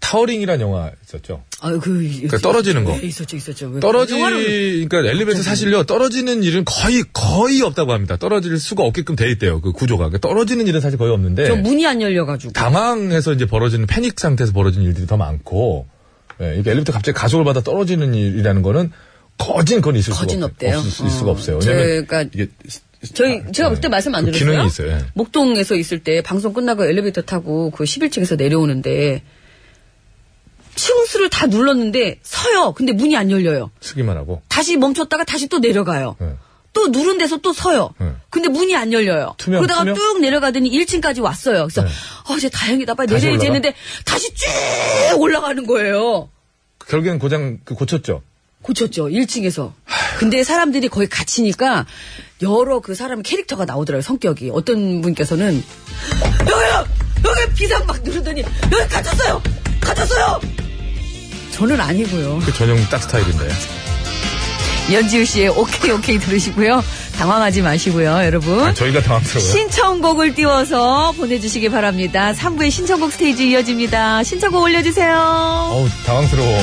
A: 타워링이란 영화 있었죠.
B: 아유, 그,
A: 그러니까 떨어지는 거.
B: 예, 있었죠, 있었죠. 왜
A: 떨어지
B: 영화를-
A: 그러니까 엘리베이터 사실요 떨어지는 일은 거의 거의 없다고 합니다. 떨어질 수가 없게끔 돼 있대요 그 구조가. 그러니까 떨어지는 일은 사실 거의 없는데
B: 저 문이 안 열려가지고.
A: 당황해서 이제 벌어지는 패닉 상태에서 벌어지는 일들이 더 많고 예, 이게 엘리베이터 갑자기 가속을 받아 떨어지는 일이라는 거는 거진 건 있을 수가
B: 거진
A: 없-
B: 없대요.
A: 없을 수 있을 수가
B: 어.
A: 없어요. 왜냐면
B: 제가-
A: 이게
B: 저희, 제가 그때 말씀 안
A: 그
B: 드렸어요?
A: 기능이 있어요. 예.
B: 목동에서 있을 때 방송 끝나고 엘리베이터 타고 그 11층에서 내려오는데 층수를 다 눌렀는데 서요. 근데 문이 안 열려요.
A: 쓰기만 하고
B: 다시 멈췄다가 다시 또 내려가요.
A: 네.
B: 또 누른 데서 또 서요.
A: 네.
B: 근데 문이 안 열려요.
A: 투명,
B: 그러다가
A: 투명?
B: 뚝 내려가더니 1층까지 왔어요. 그래서
A: 네.
B: 어, 이제 다행이다. 빨리
A: 다시
B: 내려야지
A: 올라가?
B: 했는데 다시 쭉 올라가는 거예요.
A: 결국엔 고장 그 고쳤죠.
B: 고쳤죠. 1층에서. 근데 사람들이 거의 갇히니까
I: 여러 그 사람 캐릭터가 나오더라고요, 성격이. 어떤 분께서는, 여기요! 여기 비상 막 누르더니, 여기 갇혔어요! 갇혔어요! 저는 아니고요.
A: 그 전용 딱 스타일인데.
B: 연지우 씨의 오케이 오케이 들으시고요. 당황하지 마시고요, 여러분.
A: 아, 저희가 당황스러워요.
B: 신청곡을 띄워서 보내주시기 바랍니다. 3부의 신청곡 스테이지 이어집니다. 신청곡 올려주세요.
A: 어우, 당황스러워.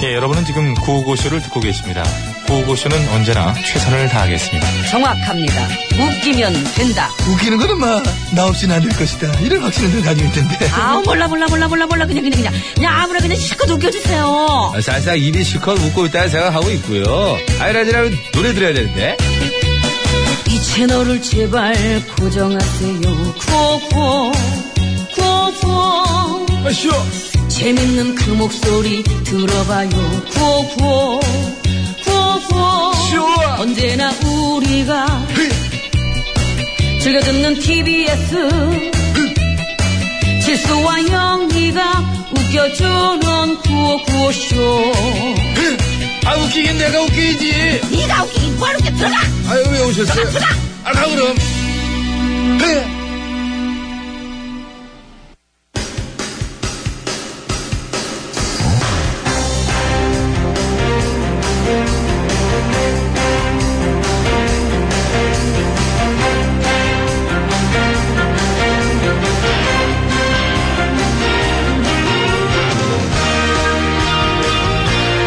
G: 예, 여러분은 지금 구호고쇼를 듣고 계십니다. 구호고쇼는 언제나 최선을 다하겠습니다.
B: 정확합니다. 웃기면 된다.
E: 웃기는 거는 마 나 없이는 안 될 것이다. 이런 확신을 가지고 있던데.
B: 아 몰라 몰라 몰라 몰라 몰라 그냥 그냥 그냥 그냥 아무나 그냥 실컷 웃겨주세요.
G: 아, 살짝 입이 실컷 웃고 있다는 생각하고 있고요. 아이라지라면 노래 들어야 되는데.
B: 이 채널을 제발 고정하세요. 구호구호 구호구호
A: 아, 쉬워.
B: 재밌는 그 목소리 들어봐요. 구호구호 구호구호 언제나 우리가 즐겨 듣는 TBS 실수와 영리가 웃겨주는 구호구호쇼
G: 아, 웃기긴 내가 웃기지.
B: 네가 웃기긴 뭐 하는 게 들어가
G: 아유, 왜 오셨어요? 아, 가, 그럼.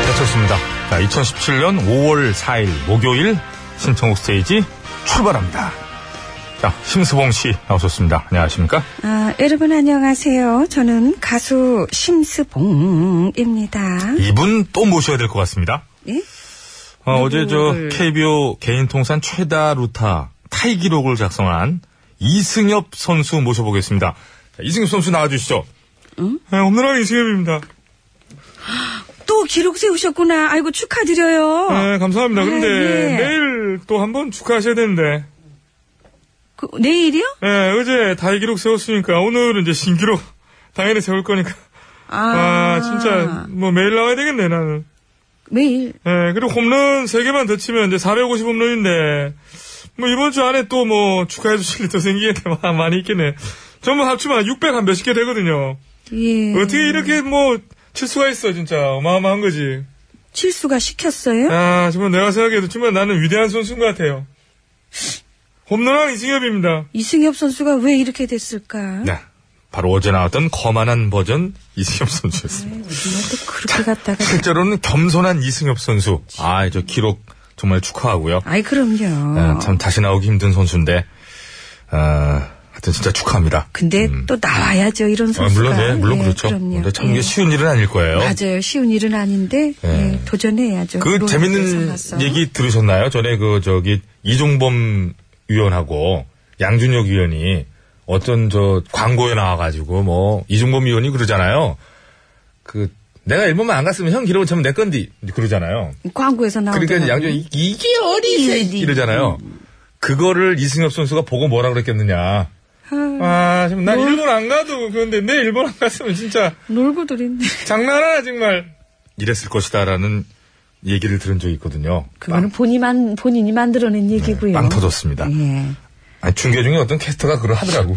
A: 네, 좋습니다. 자, 2017년 5월 4일 목요일 신청곡 스테이지 출발합니다. 자, 심수봉 씨 나오셨습니다. 안녕하십니까?
J: 아, 여러분 안녕하세요. 저는 가수 심스봉입니다.
A: 이분 또 모셔야 될 것 같습니다.
J: 예?
A: 어, 제저 KBO 개인 통산 최다 루타 타이 기록을 작성한 이승엽 선수 모셔보겠습니다. 자, 이승엽 선수 나와주시죠. 네, 오늘은 이승엽입니다.
J: 또 기록 세우셨구나. 아이고 축하드려요.
A: 네, 감사합니다. 그런데
J: 네.
A: 내일 또 한 번 축하하셔야 되는데.
J: 그, 내일이요?
A: 예, 어제 다이 기록 세웠으니까 오늘은 이제 신기록 당연히 세울 거니까. 아, 진짜 뭐 매일 나와야 되겠네 나는.
J: 매일.
A: 예, 그리고 홈런 3개만 더 치면 이제 450 홈런인데 뭐 이번 주 안에 또 뭐 축하해 주실 일더 생기겠네. 와, 많이 있겠네. 전부 합치면 600 한 몇십 개 되거든요.
K: 음.
J: 예.
A: 어떻게 이렇게 뭐 칠 수가 있어 진짜 어마어마한 거지.
J: 칠수가 시켰어요?
A: 아 정말 내가 생각해도 정말 나는 위대한 선수인 것 같아요. 홈런왕 이승엽입니다.
J: 이승엽 선수가 왜 이렇게 됐을까?
A: 네. 바로 어제 나왔던 거만한 버전 이승엽
J: 네.
A: 선수였습니다.
J: 또 그렇게 갔다가.
A: 실제로는 겸손한 이승엽 선수. 아, 저 기록 정말 축하하고요.
J: 아이 그럼요.
A: 아, 참 다시 나오기 힘든 선수인데, 아, 하여튼 진짜 축하합니다.
J: 근데 또 나와야죠 이런
A: 음. 아,
J: 선수가.
A: 물론, 예, 물론
J: 예,
A: 그렇죠.
J: 그럼요.
A: 근데 참 이게
J: 예.
A: 쉬운 일은 아닐 거예요.
J: 맞아요. 쉬운 일은 아닌데
A: 예.
J: 예, 도전해야죠.
A: 그
J: 로라를
A: 재밌는
J: 삼아서.
A: 얘기 들으셨나요? 전에 그 저기 이종범 위원하고 양준혁 위원이 어떤 저 광고에 나와가지고 뭐 이종범 위원이 그러잖아요. 그 내가 일본만 안 갔으면 형 기록을 차면 내 건디 그러잖아요.
J: 광고에서 나오는.
A: 그러니까 양준혁 이- 이게 어디서 이러잖아요. 그거를 이승엽 선수가 보고 뭐라 그랬겠느냐. 아, 지금 난 일본 안 가도 그런데 내 일본 안 갔으면 진짜
J: 놀고 들인.
A: 장난하나 정말 이랬을 것이다라는 얘기를 들은 적이 있거든요.
I: 그거는 본인만 본인이 만들어낸 얘기고요.
A: 네, 빵 터졌습니다.
I: 예.
A: 아니, 중계 중에 어떤 캐스터가 그걸 하더라고.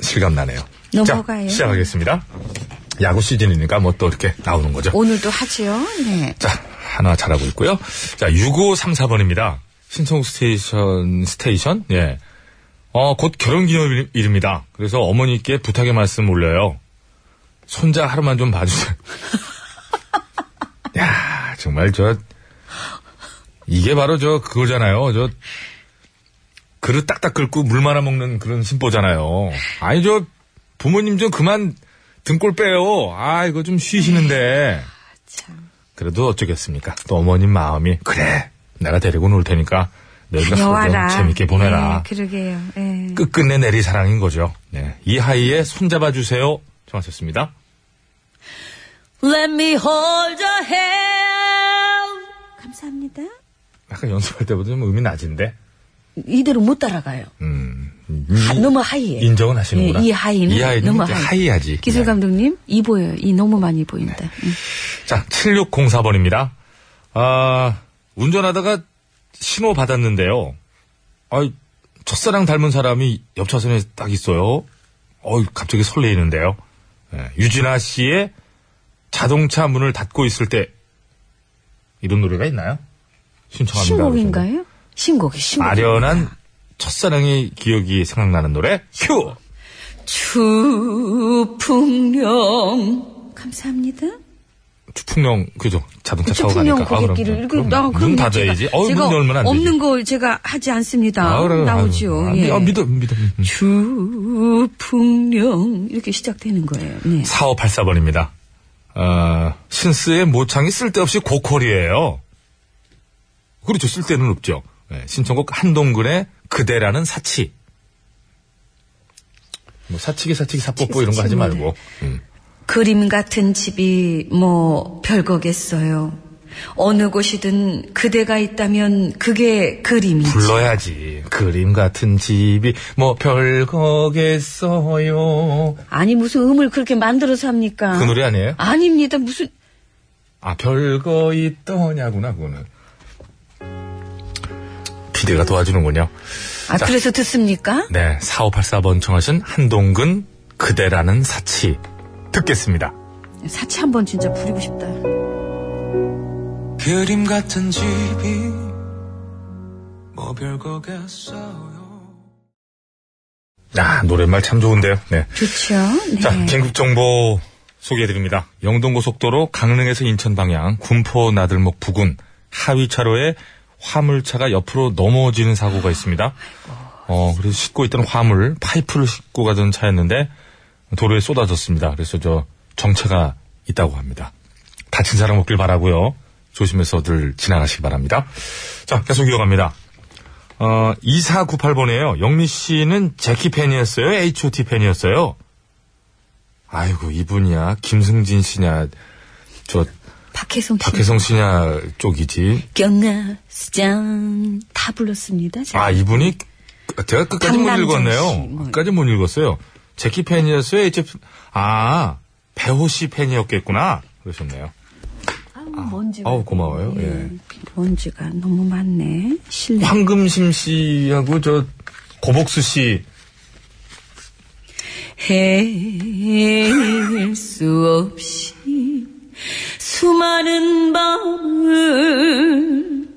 A: 실감 나네요.
J: 넘어가요.
A: 자, 시작하겠습니다. 야구 시즌이니까 뭐 또 이렇게 나오는 거죠.
J: 오늘도 하지요. 네.
A: 자, 하나 잘하고 있고요. 자, 6534번입니다. 신청 스테이션, 스테이션? 예. 어, 곧 결혼 기념일입니다. 그래서 어머니께 부탁의 말씀 올려요. 손자 하루만 좀 봐주세요. 야, 정말 저, 이게 바로 저 그거잖아요. 저, 그릇 딱딱 긁고 물 말아 먹는 그런 심보잖아요. 아니, 저, 부모님 좀 그만 등골 빼요. 아, 이거 좀 쉬시는데. 그래도 어쩌겠습니까? 또 어머님 마음이 그래 내가 데리고 놀 테니까 너희가 서로 좀
J: 여와라.
A: 재밌게 보내라.
J: 네, 그러게요. 예.
A: 끝끝내 내리 사랑인 거죠. 네. 이하이의 손잡아 주세요. 정하셨습니다.
B: Let me hold your hand.
J: 감사합니다.
A: 약간 연습할 때보다 좀 음이 낮은데.
I: 이대로 못 따라가요.
A: 음.
I: 하-
A: 이-
I: 아, 너무 하이해.
A: 인정은 하시는구나.
I: 이- 이 하이는 너무
A: 이제
I: 하이.
A: 하이하지.
J: 기술 감독님, 이 보여요. 이 너무 많이
A: 네.
J: 보인다. 음.
A: 자, 7604번입니다. 아, 운전하다가 신호 받았는데요. 아이, 첫사랑 닮은 사람이 옆차선에 딱 있어요. 어이, 갑자기 설레이는데요. 예, 유진아 씨의 자동차 문을 닫고 있을 때, 이런 노래가 있나요? 신청합니다.
I: 신곡인가요? 신곡이 신곡.
A: 아련한 첫사랑의 기억이 생각나는 노래, 휴!
B: 추풍령
J: 감사합니다.
A: 추풍령, 그죠? 자동차 타고 가니까.
I: 추풍령 고객길을
A: 아,
I: 이거
A: 그럼,
I: 나
A: 그럼, 문 닫아야지. 어우, 문
J: 제가
A: 열면 안 되지.
J: 없는 거 제가 하지 않습니다.
A: 아, 그래요.
J: 나오지요.
A: 아,
J: 예.
A: 아, 믿어, 믿어. 음.
B: 추풍령 이렇게 시작되는 거예요. 네.
A: 4584번입니다. 어, 신스의 모창이 쓸데없이 고퀄이에요. 그렇죠. 쓸데는 없죠. 예, 신청곡 한동근의 그대라는 사치. 뭐 사치기 사치기 사뽀뽀 이런 거 하지 말고. 음.
B: 그림 같은 집이 뭐 별거겠어요. 어느 곳이든 그대가 있다면 그게 그림이지.
A: 불러야지. 그림 같은 집이 뭐 별거겠어요.
I: 아니 무슨 음을 그렇게 만들어서 합니까?
A: 그 노래 아니에요?
I: 아닙니다. 무슨
A: 아, 별거 있더냐구나, 그거는. 비대가 도와주는군요.
I: 아 그래서 듣습니까?
A: 네, 4584번 청하신 한동근 그대라는 사치 듣겠습니다.
I: 사치 한번 진짜 부리고 싶다.
H: 그림 같은 집이 뭐 별거겠어요
A: 아, 노랫말 참 좋은데요. 네.
J: 좋죠. 네.
A: 자, 긴급 정보 소개해드립니다. 영동고속도로 강릉에서 인천 방향 군포 나들목 부근 하위 차로에 화물차가 옆으로 넘어지는 사고가 있습니다. 어, 그래서 싣고 있던 화물 파이프를 싣고 가던 차였는데 도로에 쏟아졌습니다. 그래서 저 정체가 있다고 합니다. 다친 사람 없길 바라고요. 조심해서들 지나가시기 바랍니다. 자, 계속 이어갑니다. 어, 2498번이에요. 영미 씨는 제키 팬이었어요? H.O.T 팬이었어요? 아이고, 이분이야. 김승진 씨냐, 저,
J: 박혜성 씨.
A: 박혜성 씨냐 쪽이지.
J: 경아, 수잔. 다 불렀습니다. 제가.
A: 아, 이분이, 제가 끝까지 못
J: 강남정 씨,
A: 읽었네요.
J: 뭐.
A: 끝까지 못 읽었어요. 제키 팬이었어요? H.O.T. 아, 배호 씨 팬이었겠구나. 그러셨네요.
J: 아우, 먼지가.
A: 아우, 고마워요. 예.
J: 먼지가 너무 많네. 실례.
A: 황금심 씨하고 저, 고복수 씨.
B: 헤일 수 없이 수많은 밤을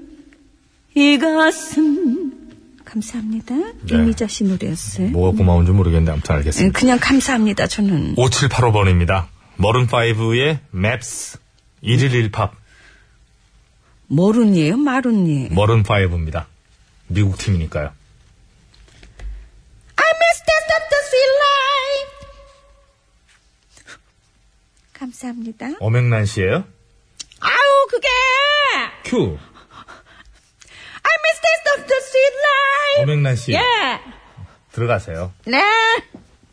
B: 이 가슴
J: 감사합니다.
A: 네.
J: 이미자 씨 노래였어요.
A: 뭐가 고마운지 모르겠는데, 아무튼 알겠습니다.
J: 음, 그냥 감사합니다. 저는
A: 5785번입니다. 머른5의 맵스 111팝
J: 머룬이에요. 마룬이에요.
A: 머른5입니다. 미국 팀이니까요.
J: 감사합니다.
A: 어맹란 씨예요?
J: 아우 그게
A: 큐.
J: I miss the s of the sweet life.
A: 어맹란 씨. 들어가세요.
J: 네.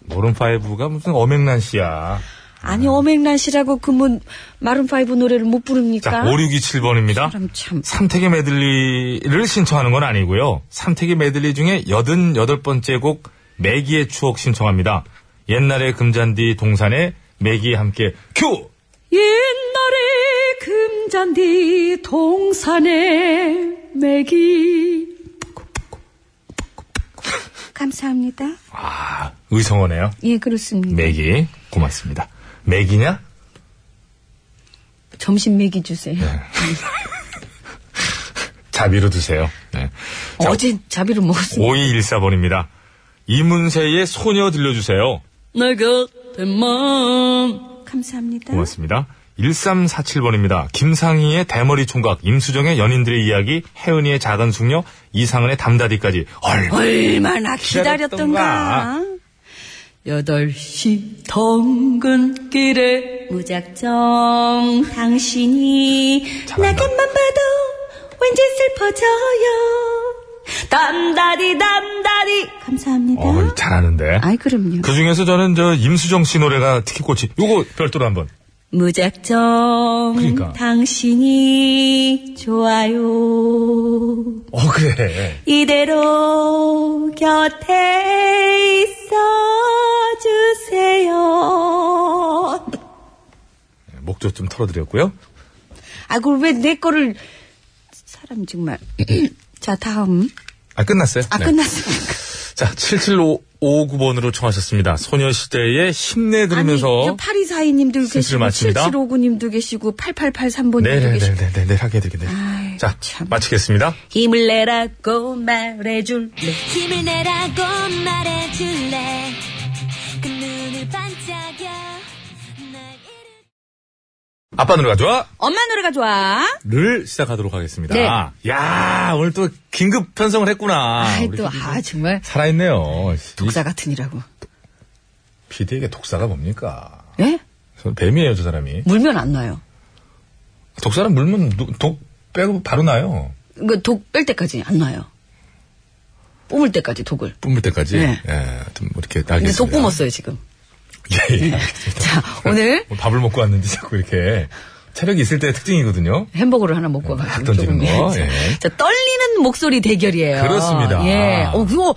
A: 머른5가 무슨 어맹란 씨야.
I: 아니 어맹란 씨라고 그문 마룬 파이브 노래를 못 부릅니까?
A: 자, 5627번입니다.
J: 그럼 참
A: 삼태기 메들리를 신청하는 건 아니고요. 삼태기 메들리 중에 88번째 곡 매기의 추억 신청합니다. 옛날의 금잔디 동산에 매기와 함께 큐!
B: 옛날에 잔디 동산에 맥이
L: 감사합니다.
A: 아, 의성어네요.
L: 예, 그렇습니다.
A: 맥이. 고맙습니다. 맥이냐?
B: 점심 맥이 주세요.
A: 네, 자비로 드세요. 네. 자,
B: 어제 자비를 먹었습니다.
A: 5214번입니다. 이문세의 소녀 들려주세요.
K: 내 곁에만
L: 감사합니다.
A: 고맙습니다. 1347번입니다. 김상희의 대머리 총각, 임수정의 연인들의 이야기, 혜은이의 작은 숙녀, 이상은의 담다디까지. 헐.
K: 얼마나 기다렸던가.
A: 기다렸던가.
K: 8시 통근길에 무작정 당신이
A: 잘한다.
K: 나만 봐도 왠지 슬퍼져요. 담다디 담다디 감사합니다.
A: 어, 잘하는데.
K: 아이 그럼요.
A: 그 중에서 저는 저 임수정 씨 노래가 특히꽃이. 요거 별도로 한번.
K: 무작정
A: 그러니까.
K: 당신이 좋아요.
A: 어, 그래.
K: 이대로 곁에 있어주세요.
A: 목젖 좀 털어드렸고요.
K: 아, 그럼 왜 내 거를. 사람 정말. 자, 다음.
A: 아, 끝났어요?
K: 아,
A: 네.
K: 끝났습니까?
A: 자, 77559번으로 청하셨습니다. 소녀시대의 힘내
K: 아니,
A: 들으면서.
K: 파리사이님도
A: 슬슬
K: 계시고,
A: 마칩니다.
K: 7759님도 계시고, 8883번님도 계시고.
A: 네네네네네, 하게 되겠네.
K: 아, 아이,
A: 자,
K: 참.
A: 마치겠습니다.
K: 힘을 내라고 말해줄래.
C: 힘을 내라고 말해줄래 그 눈을 반짝여 날 이르
A: 아빠 노래가 좋아!
K: 엄마 노래가 좋아.
A: 를 시작하도록 하겠습니다.
B: 네.
A: 야 오늘 또 긴급 편성을 했구나.
B: 아이,
A: 우리
B: 또, 아, 정말.
A: 살아있네요.
B: 독사 같으니라고.
A: PD에게 독사가 뭡니까?
B: 예?
A: 저는 뱀이에요, 저 사람이.
B: 물면 안 나요.
A: 독사는 물면 누- 독 빼고 바로 나요.
B: 그 독 뺄 때까지 안 나요. 뿜을 때까지 독을.
A: 뿜을 때까지.
B: 네.
A: 예, 하여튼 뭐 이렇게
B: 근데
A: 나겠습니다.
B: 독 뿜었어요, 지금.
A: 예, 예.
B: 자, 오늘
A: 뭐 밥을 먹고 왔는데 자꾸 이렇게 체력이 있을 때 특징이거든요.
B: 햄버거를 하나 먹고 와가지고.
A: 막 어, 던지는
B: 조금,
A: 거,
B: 예.
A: 예.
B: 자, 떨리는 목소리 대결이에요.
A: 그렇습니다. 아.
B: 예. 어, 그거,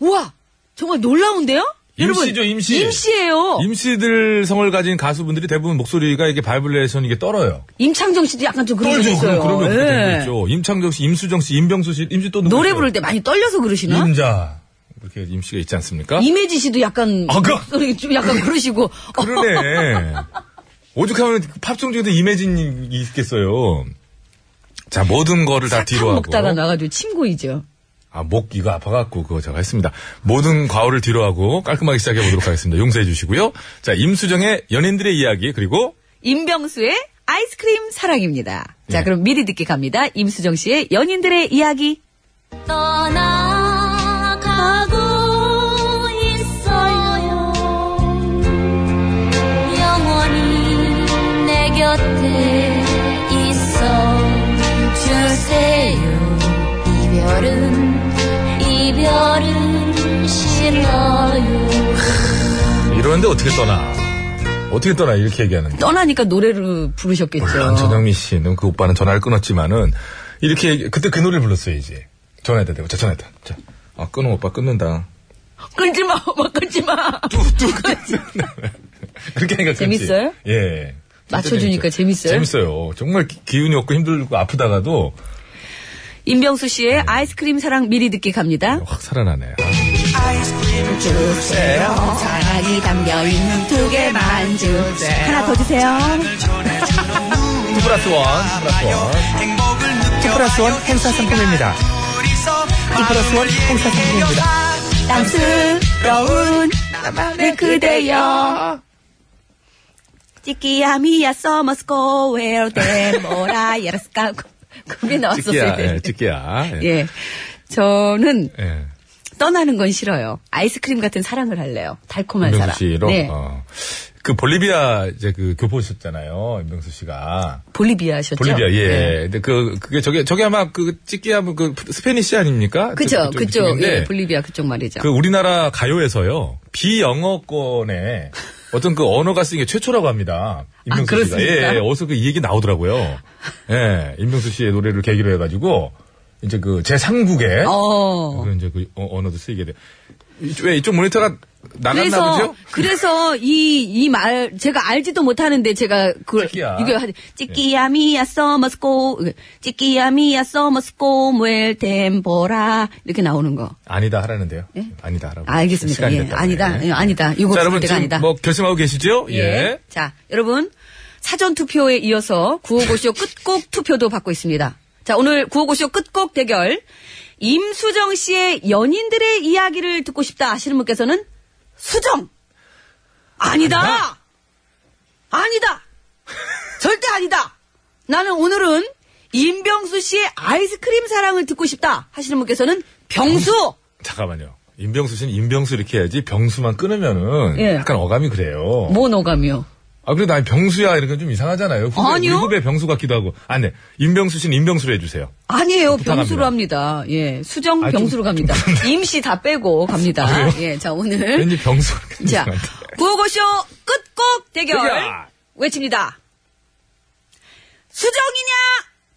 B: 우와! 정말 놀라운데요?
A: 임시죠, 임시.
B: 임시예요.
A: 임시들 성을 가진 가수분들이 대부분 목소리가 이게 바이블레이션 이게 떨어요.
B: 임창정 씨도 약간 좀 그런 게
A: 떨죠.
B: 있어요.
A: 그럼, 그러면 그렇게
B: 예.
A: 되는 거죠. 임창정 씨, 임수정 씨, 임병수 씨, 임시 또 누구
B: 노래
A: 있어요?
B: 부를 때 많이 떨려서 그러시나?
A: 임자. 그렇게 임씨가 있지 않습니까?
B: 임혜지 씨도 약간
A: 아, 그-
B: 목소리 좀 약간 그러시고 어,
A: 그러네. 오죽하면 그 팝송 중에도 임혜진이 있겠어요. 자, 모든 거를 다 뒤로
B: 사탕
A: 하고.
B: 먹다가 나가지고 침고이죠.
A: 아, 목 이거 아파갖고 그거 제가 했습니다. 모든 과오를 뒤로 하고 깔끔하게 시작해보도록 하겠습니다. 용서해 주시고요. 자, 임수정의 연인들의 이야기, 그리고
K: 임병수의 아이스크림 사랑입니다.
B: 자
A: 예.
B: 그럼 미리 듣기 갑니다. 임수정 씨의 연인들의 이야기.
C: 떠나가고 있어요 영원히 내 곁에 있어 주세요 이별은 이별은 싫어요
A: 이러는데 어떻게 떠나? 어떻게 떠나? 이렇게 얘기하는.
B: 떠나니까 노래를 부르셨겠죠.
A: 물론 전영미 아, 씨는 그 오빠는 전화를 끊었지만은 이렇게 얘기- 그때 그 노래를 불렀어요 이제 전화해다 대고 자 전화해다 자 아, 끊어 오빠 끊는다
B: 끊지 마, 엄마 끊지 마.
A: 그렇게 하니까 끊지.
B: 재밌어요?
A: 예
B: 맞춰주니까
A: 진짜
B: 재밌어요?
A: 재밌어요 정말 기- 기운이 없고 힘들고 아프다가도
B: 임병수 씨의 아이스크림 사랑 미리 듣기 갑니다.
A: 확 살아나네 아,
B: 사랑이 담겨 있는 두 개만 주세요. 하나 더 주세요.
M: 투 플러스
B: 아,
M: 원. 투 플러스 원 행사 상품입니다. 투 플러스 원 행사 상품입니다.
B: 땀스러운 나만의 그대여. 찌끼야 미야 서머스코 웨어 데모라 야라스카 그게 나왔었어요.
A: 찍기야 예, 찍기야 예.
B: 예. 저는
A: 예.
B: 떠나는 건 싫어요. 아이스크림 같은 사랑을 할래요. 달콤한 사랑.
A: 임명수 씨로
B: 네.
A: 어. 그 볼리비아 이제 그 교포셨잖아요 임명수 씨가
B: 볼리비아셨죠?
A: 볼리비아 예
B: 네.
A: 근데 그 그게 저게 저게 아마 그 찍기야 뭐그 스페니시 아닙니까 그쪽-
B: 그죠, 그쪽,
A: 그쪽인데
B: 예, 볼리비아 그쪽 말이죠.
A: 그 우리나라 가요에서요 비영어권에 어떤 그 언어가 쓰인 게 최초라고 합니다. 임명수 씨가
B: 아,
A: 예,
B: 그렇습니까?
A: 예, 어서 그 이 얘기 나오더라고요. 예, 임명수 씨의 노래를 계기로 해가지고 이제 그 제3국의
B: 어.
A: 그 이제 그 어- 언어도 쓰이게 돼. 이쪽- 왜 이쪽 모니터가 나갔나
B: 그래서
A: 보죠?
B: 그래서 이 이 말 제가 알지도 못하는데 제가 그걸
A: 찌끼야.
B: 이거 하지 찌끼야 미야 서머스코 찌끼야 미야 서머스코 웰 템보라 이렇게 나오는 거
A: 아니다 하라는데요. 아니다 하라고.
B: 예? 알겠습니다.
A: 시간이
B: 예,
A: 됐다고.
B: 아니다.
A: 예.
B: 예, 아니다. 이거
A: 자,
B: 없을
A: 여러분
B: 때가
A: 지금
B: 아니다.
A: 뭐 결심하고 계시죠? 예.
B: 자, 여러분. 사전투표에 이어서 955쇼 끝곡 투표도 받고 있습니다. 자, 오늘 955쇼 끝곡 대결. 임수정 씨의 연인들의 이야기를 듣고 싶다 하시는 분께서는 수정! 아니다! 아니다! 절대 아니다! 나는 오늘은 임병수 씨의 아이스크림 사랑을 듣고 싶다 하시는 분께서는 병수!
A: 잠깐만요. 임병수 씨는 임병수 이렇게 해야지 병수만 끊으면은
B: 예. 뭐
A: 약간 어감이 그래요.
B: 모노감이요.
A: 아 그래도 아니 병수야 이런 건 좀 이상하잖아요. 후배, 우리
B: 아니요.
A: 후배 병수 같기도 하고. 아, 네. 임병수 씨는 임병수로 해주세요.
B: 아니에요.
A: 부탁합니다.
B: 병수로 합니다. 예. 수정
A: 아, 좀- 아,
B: 병수로 갑니다. 임시 다 빼고 갑니다. 예. 자, 오늘.
A: 왠지 병수.
B: 자, 구호고쇼 어, 끝곡 대결.
A: 대결!
B: 외칩니다. 수정이냐?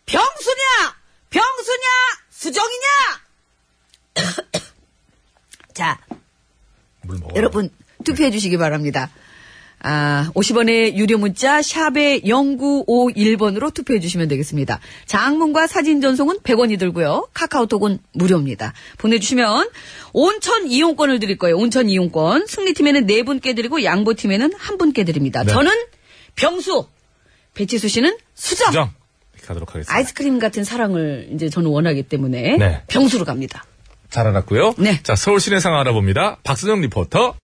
B: 병수냐? 병수냐? 수정이냐? 자,
A: 물 먹어.
B: 여러분 투표해 주시기 바랍니다. 아, 50원의 유료 문자 샵에 0951번으로 투표해 주시면 되겠습니다. 장문과 사진 전송은 100원이 들고요. 카카오톡은 무료입니다. 보내주시면 온천 이용권을 드릴 거예요. 온천 이용권. 승리팀에는 4분께 드리고 뭐 양보팀에는 1분께 드립니다.
A: 네.
B: 저는 병수, 배치수 씨는 수정.
A: 수정. 이렇게 하도록 하겠습니다.
B: 아이스크림 같은 사랑을 이제 저는 원하기 때문에
A: 네.
B: 병수로 갑니다.
A: 잘 알았고요.
B: 네.
A: 자, 서울 시내 상황 알아봅니다. 박선영 리포터.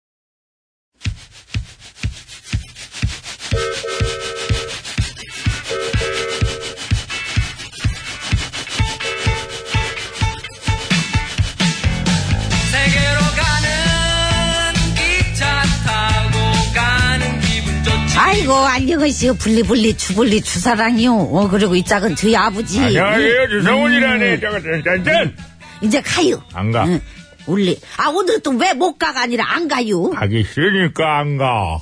H: 세계로 가는 기차 타고 가는 기분 좋지
K: 아이고 안녕하세요 블리블리 주블리 주사랑이요 어 그리고 이 짝은 저희 아버지
B: 예.
A: 유성훈이라네.
B: 음.
A: 짠짠짠.
K: 이제 가요
A: 음. 안 가.
K: 응, 원래 아 오늘 또 왜 못 가가 아니라 안 가요
A: 가기 싫으니까 안 가.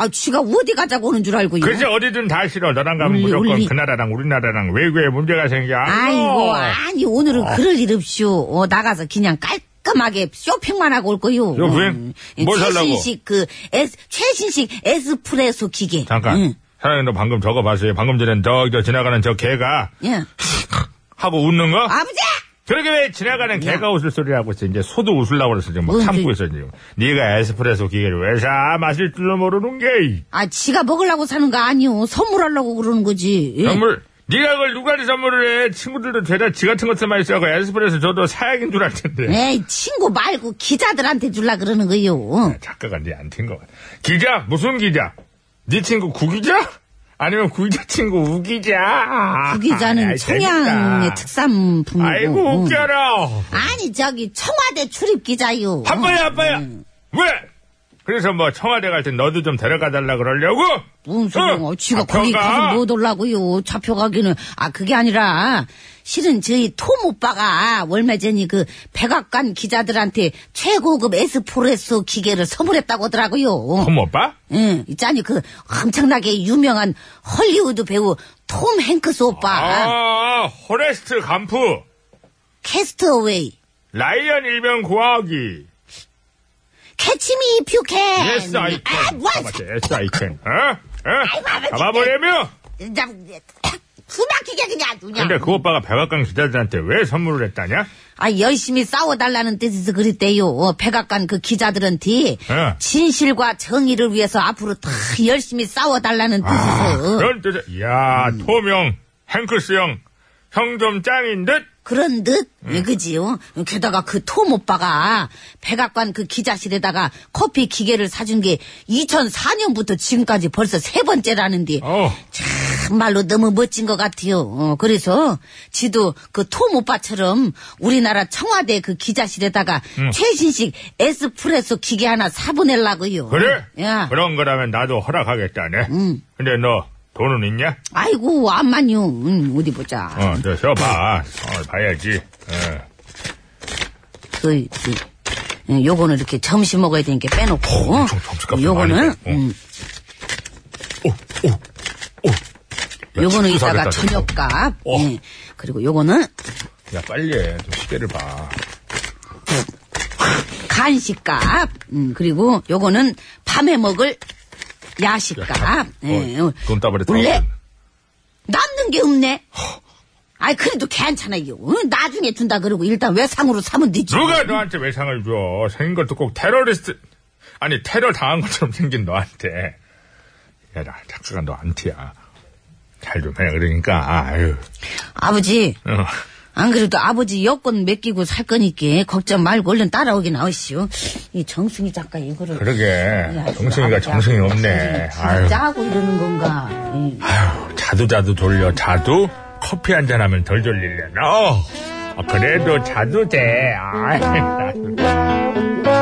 K: 아 쥐가 어디 가자고 하는 줄 알고요
A: 그렇죠. 어디든 다 싫어. 너랑 가면
K: 울리, 무조건 울리. 그
A: 나라랑 우리나라랑 외교에 문제가 생겨.
K: 아이고 아니 오늘은 그럴 일 없이요 어, 나가서 그냥 깔끔하게 쇼핑만 하고 올 거요
A: 쇼핑?
K: 음, 이
A: 뭘 살라고?
K: 최신식 그 에스, 최신식 에스프레소 기계
A: 잠깐.
K: 응.
A: 사장님, 너 방금 저거 봤어요? 방금 전에 저, 저 지나가는 저 개가
K: 예.
A: 하고 웃는 거?
K: 아버지
A: 저렇게 왜 지나가는 개가 웃을 소리를 하고 있어? 이제 소도 웃으려고 그랬어. 지금 막
K: 뭔
A: 참고
K: 소리?
A: 있어, 지금. 네가 에스프레소 기계를 왜 사? 마실 줄도 모르는 게.
K: 아 지가 먹으려고 사는 거 아니요 선물하려고 그러는 거지 예.
A: 선물. 네가 그걸 누구한테 선물을 해? 친구들도 죄다 지 같은 것 쓰만 있어하고 에스프레소 저도 사약인 줄 알 텐데.
K: 에이, 친구 말고 기자들한테 줄라 그러는 거요.
A: 작가가 네 안튄 거 같아. 기자? 무슨 기자? 네 친구 구기자? 아니면 구기자 친구 우기자?
K: 그 기자는
A: 아이, 재밌다.
K: 청양의 특산품이고. 음.
A: 아이고, 웃겨라.
K: 아니, 저기, 청와대 출입 기자요.
A: 아빠야, 아빠야.
K: 음.
A: 왜? 그래서 뭐 청와대 갈 때 너도 좀 데려가 달라 그러려고?
K: 뭔 소리야.
A: 어?
K: 지가
A: 아,
K: 거기
A: 그런가?
K: 가서 뭐 못 올라고요. 잡혀가기는. 아, 그게 아니라, 실은 저희 톰 오빠가 월매 전이 그 백악관 기자들한테 최고급 에스프레소 기계를 선물했다고 하더라고요.
A: 톰 오빠?
K: 응, 있잖니, 그 엄청나게 유명한 헐리우드 배우 톰 행크스 오빠.
A: 아, 호레스트 간프.
K: 캐스터웨이.
A: 라이언 일병 구하기.
K: 캐치미 퓨캔.
A: 예스 아이 캔.
K: 아, 뭐,
A: 예스 아이 캔. 어? 어? 잡아보려며?
K: 진짜 숨막히게 그냥 그냥.
A: 근데 그 오빠가 백악관 기자들한테 왜 선물을 했다냐?
K: 아 열심히 싸워달라는 뜻에서 그랬대요. 어, 백악관 그 기자들한테
A: 예.
K: 진실과 정의를 위해서 앞으로 다 열심히 싸워달라는 뜻에서
A: 아, 그런 뜻에, 이야,
N: 음.
A: 토명, 행크스 형, 형 좀 짱인 듯?
K: 그런 듯
A: 음.
K: 예, 그지요. 게다가 그 톰 오빠가 백악관 그 기자실에다가 커피 기계를 사준 게 2004년부터 지금까지 벌써 세 번째라는데
A: 어.
K: 정말로 너무 멋진 것 같아요. 어, 그래서 지도 그 톰 오빠처럼 우리나라 청와대 그 기자실에다가
A: 음.
K: 최신식 에스프레소 기계 하나 사보내려고요.
A: 그래?
K: 야,
A: 그런 거라면 나도 허락하겠다네.
B: 음.
A: 근데 너 돈은 있냐?
K: 아이고 암만요. 음, 어디 보자.
A: 어, 저, 저 봐. 어, 봐야지. 어.
K: 그, 그, 음, 요거는 이렇게 점심 먹어야 되니까 빼놓고.
A: 어, 엄청 점심값이 많이
K: 요거는
A: 돼. 어.
K: 음,
A: 오, 오, 오. 야,
K: 요거는
A: 치킨 사겠다,
K: 이따가
A: 저거.
K: 저녁값.
A: 어.
K: 예, 그리고 요거는
A: 어, 야, 빨리 해. 좀 시계를 봐.
O: 간식값, 음, 그리고 요거는 밤에 먹을 야식값. 예,
K: 어,
O: 요-
A: 돈 따발에 다
O: 원래
A: 먹었네.
O: 남는 게 없네. 아이 그래도 괜찮아 이거. 응, 나중에 준다 그러고 일단 외상으로 사면 되지.
A: 누가 너한테 외상을 줘? 생긴 것도 꼭 테러리스트, 아니, 테러 당한 것처럼 생긴 너한테. 야, 나 작가가 너 안티야. 잘 좀 해, 그러니까, 아유.
O: 아버지.
A: 어.
O: 안 그래도 아버지 여권 맡기고 살 거니까 걱정 말고 얼른 따라오긴 나오시오. 이 정승희 작가 이거를
A: 그러게. 정승이가 정승이 없네. 아유.
O: 짜고 이러는 건가? 이
A: 자두 자두 돌려 자두 커피 한 잔 하면 덜 졸릴래나 어. 아, 그래도 자두 돼. 아이, 나도.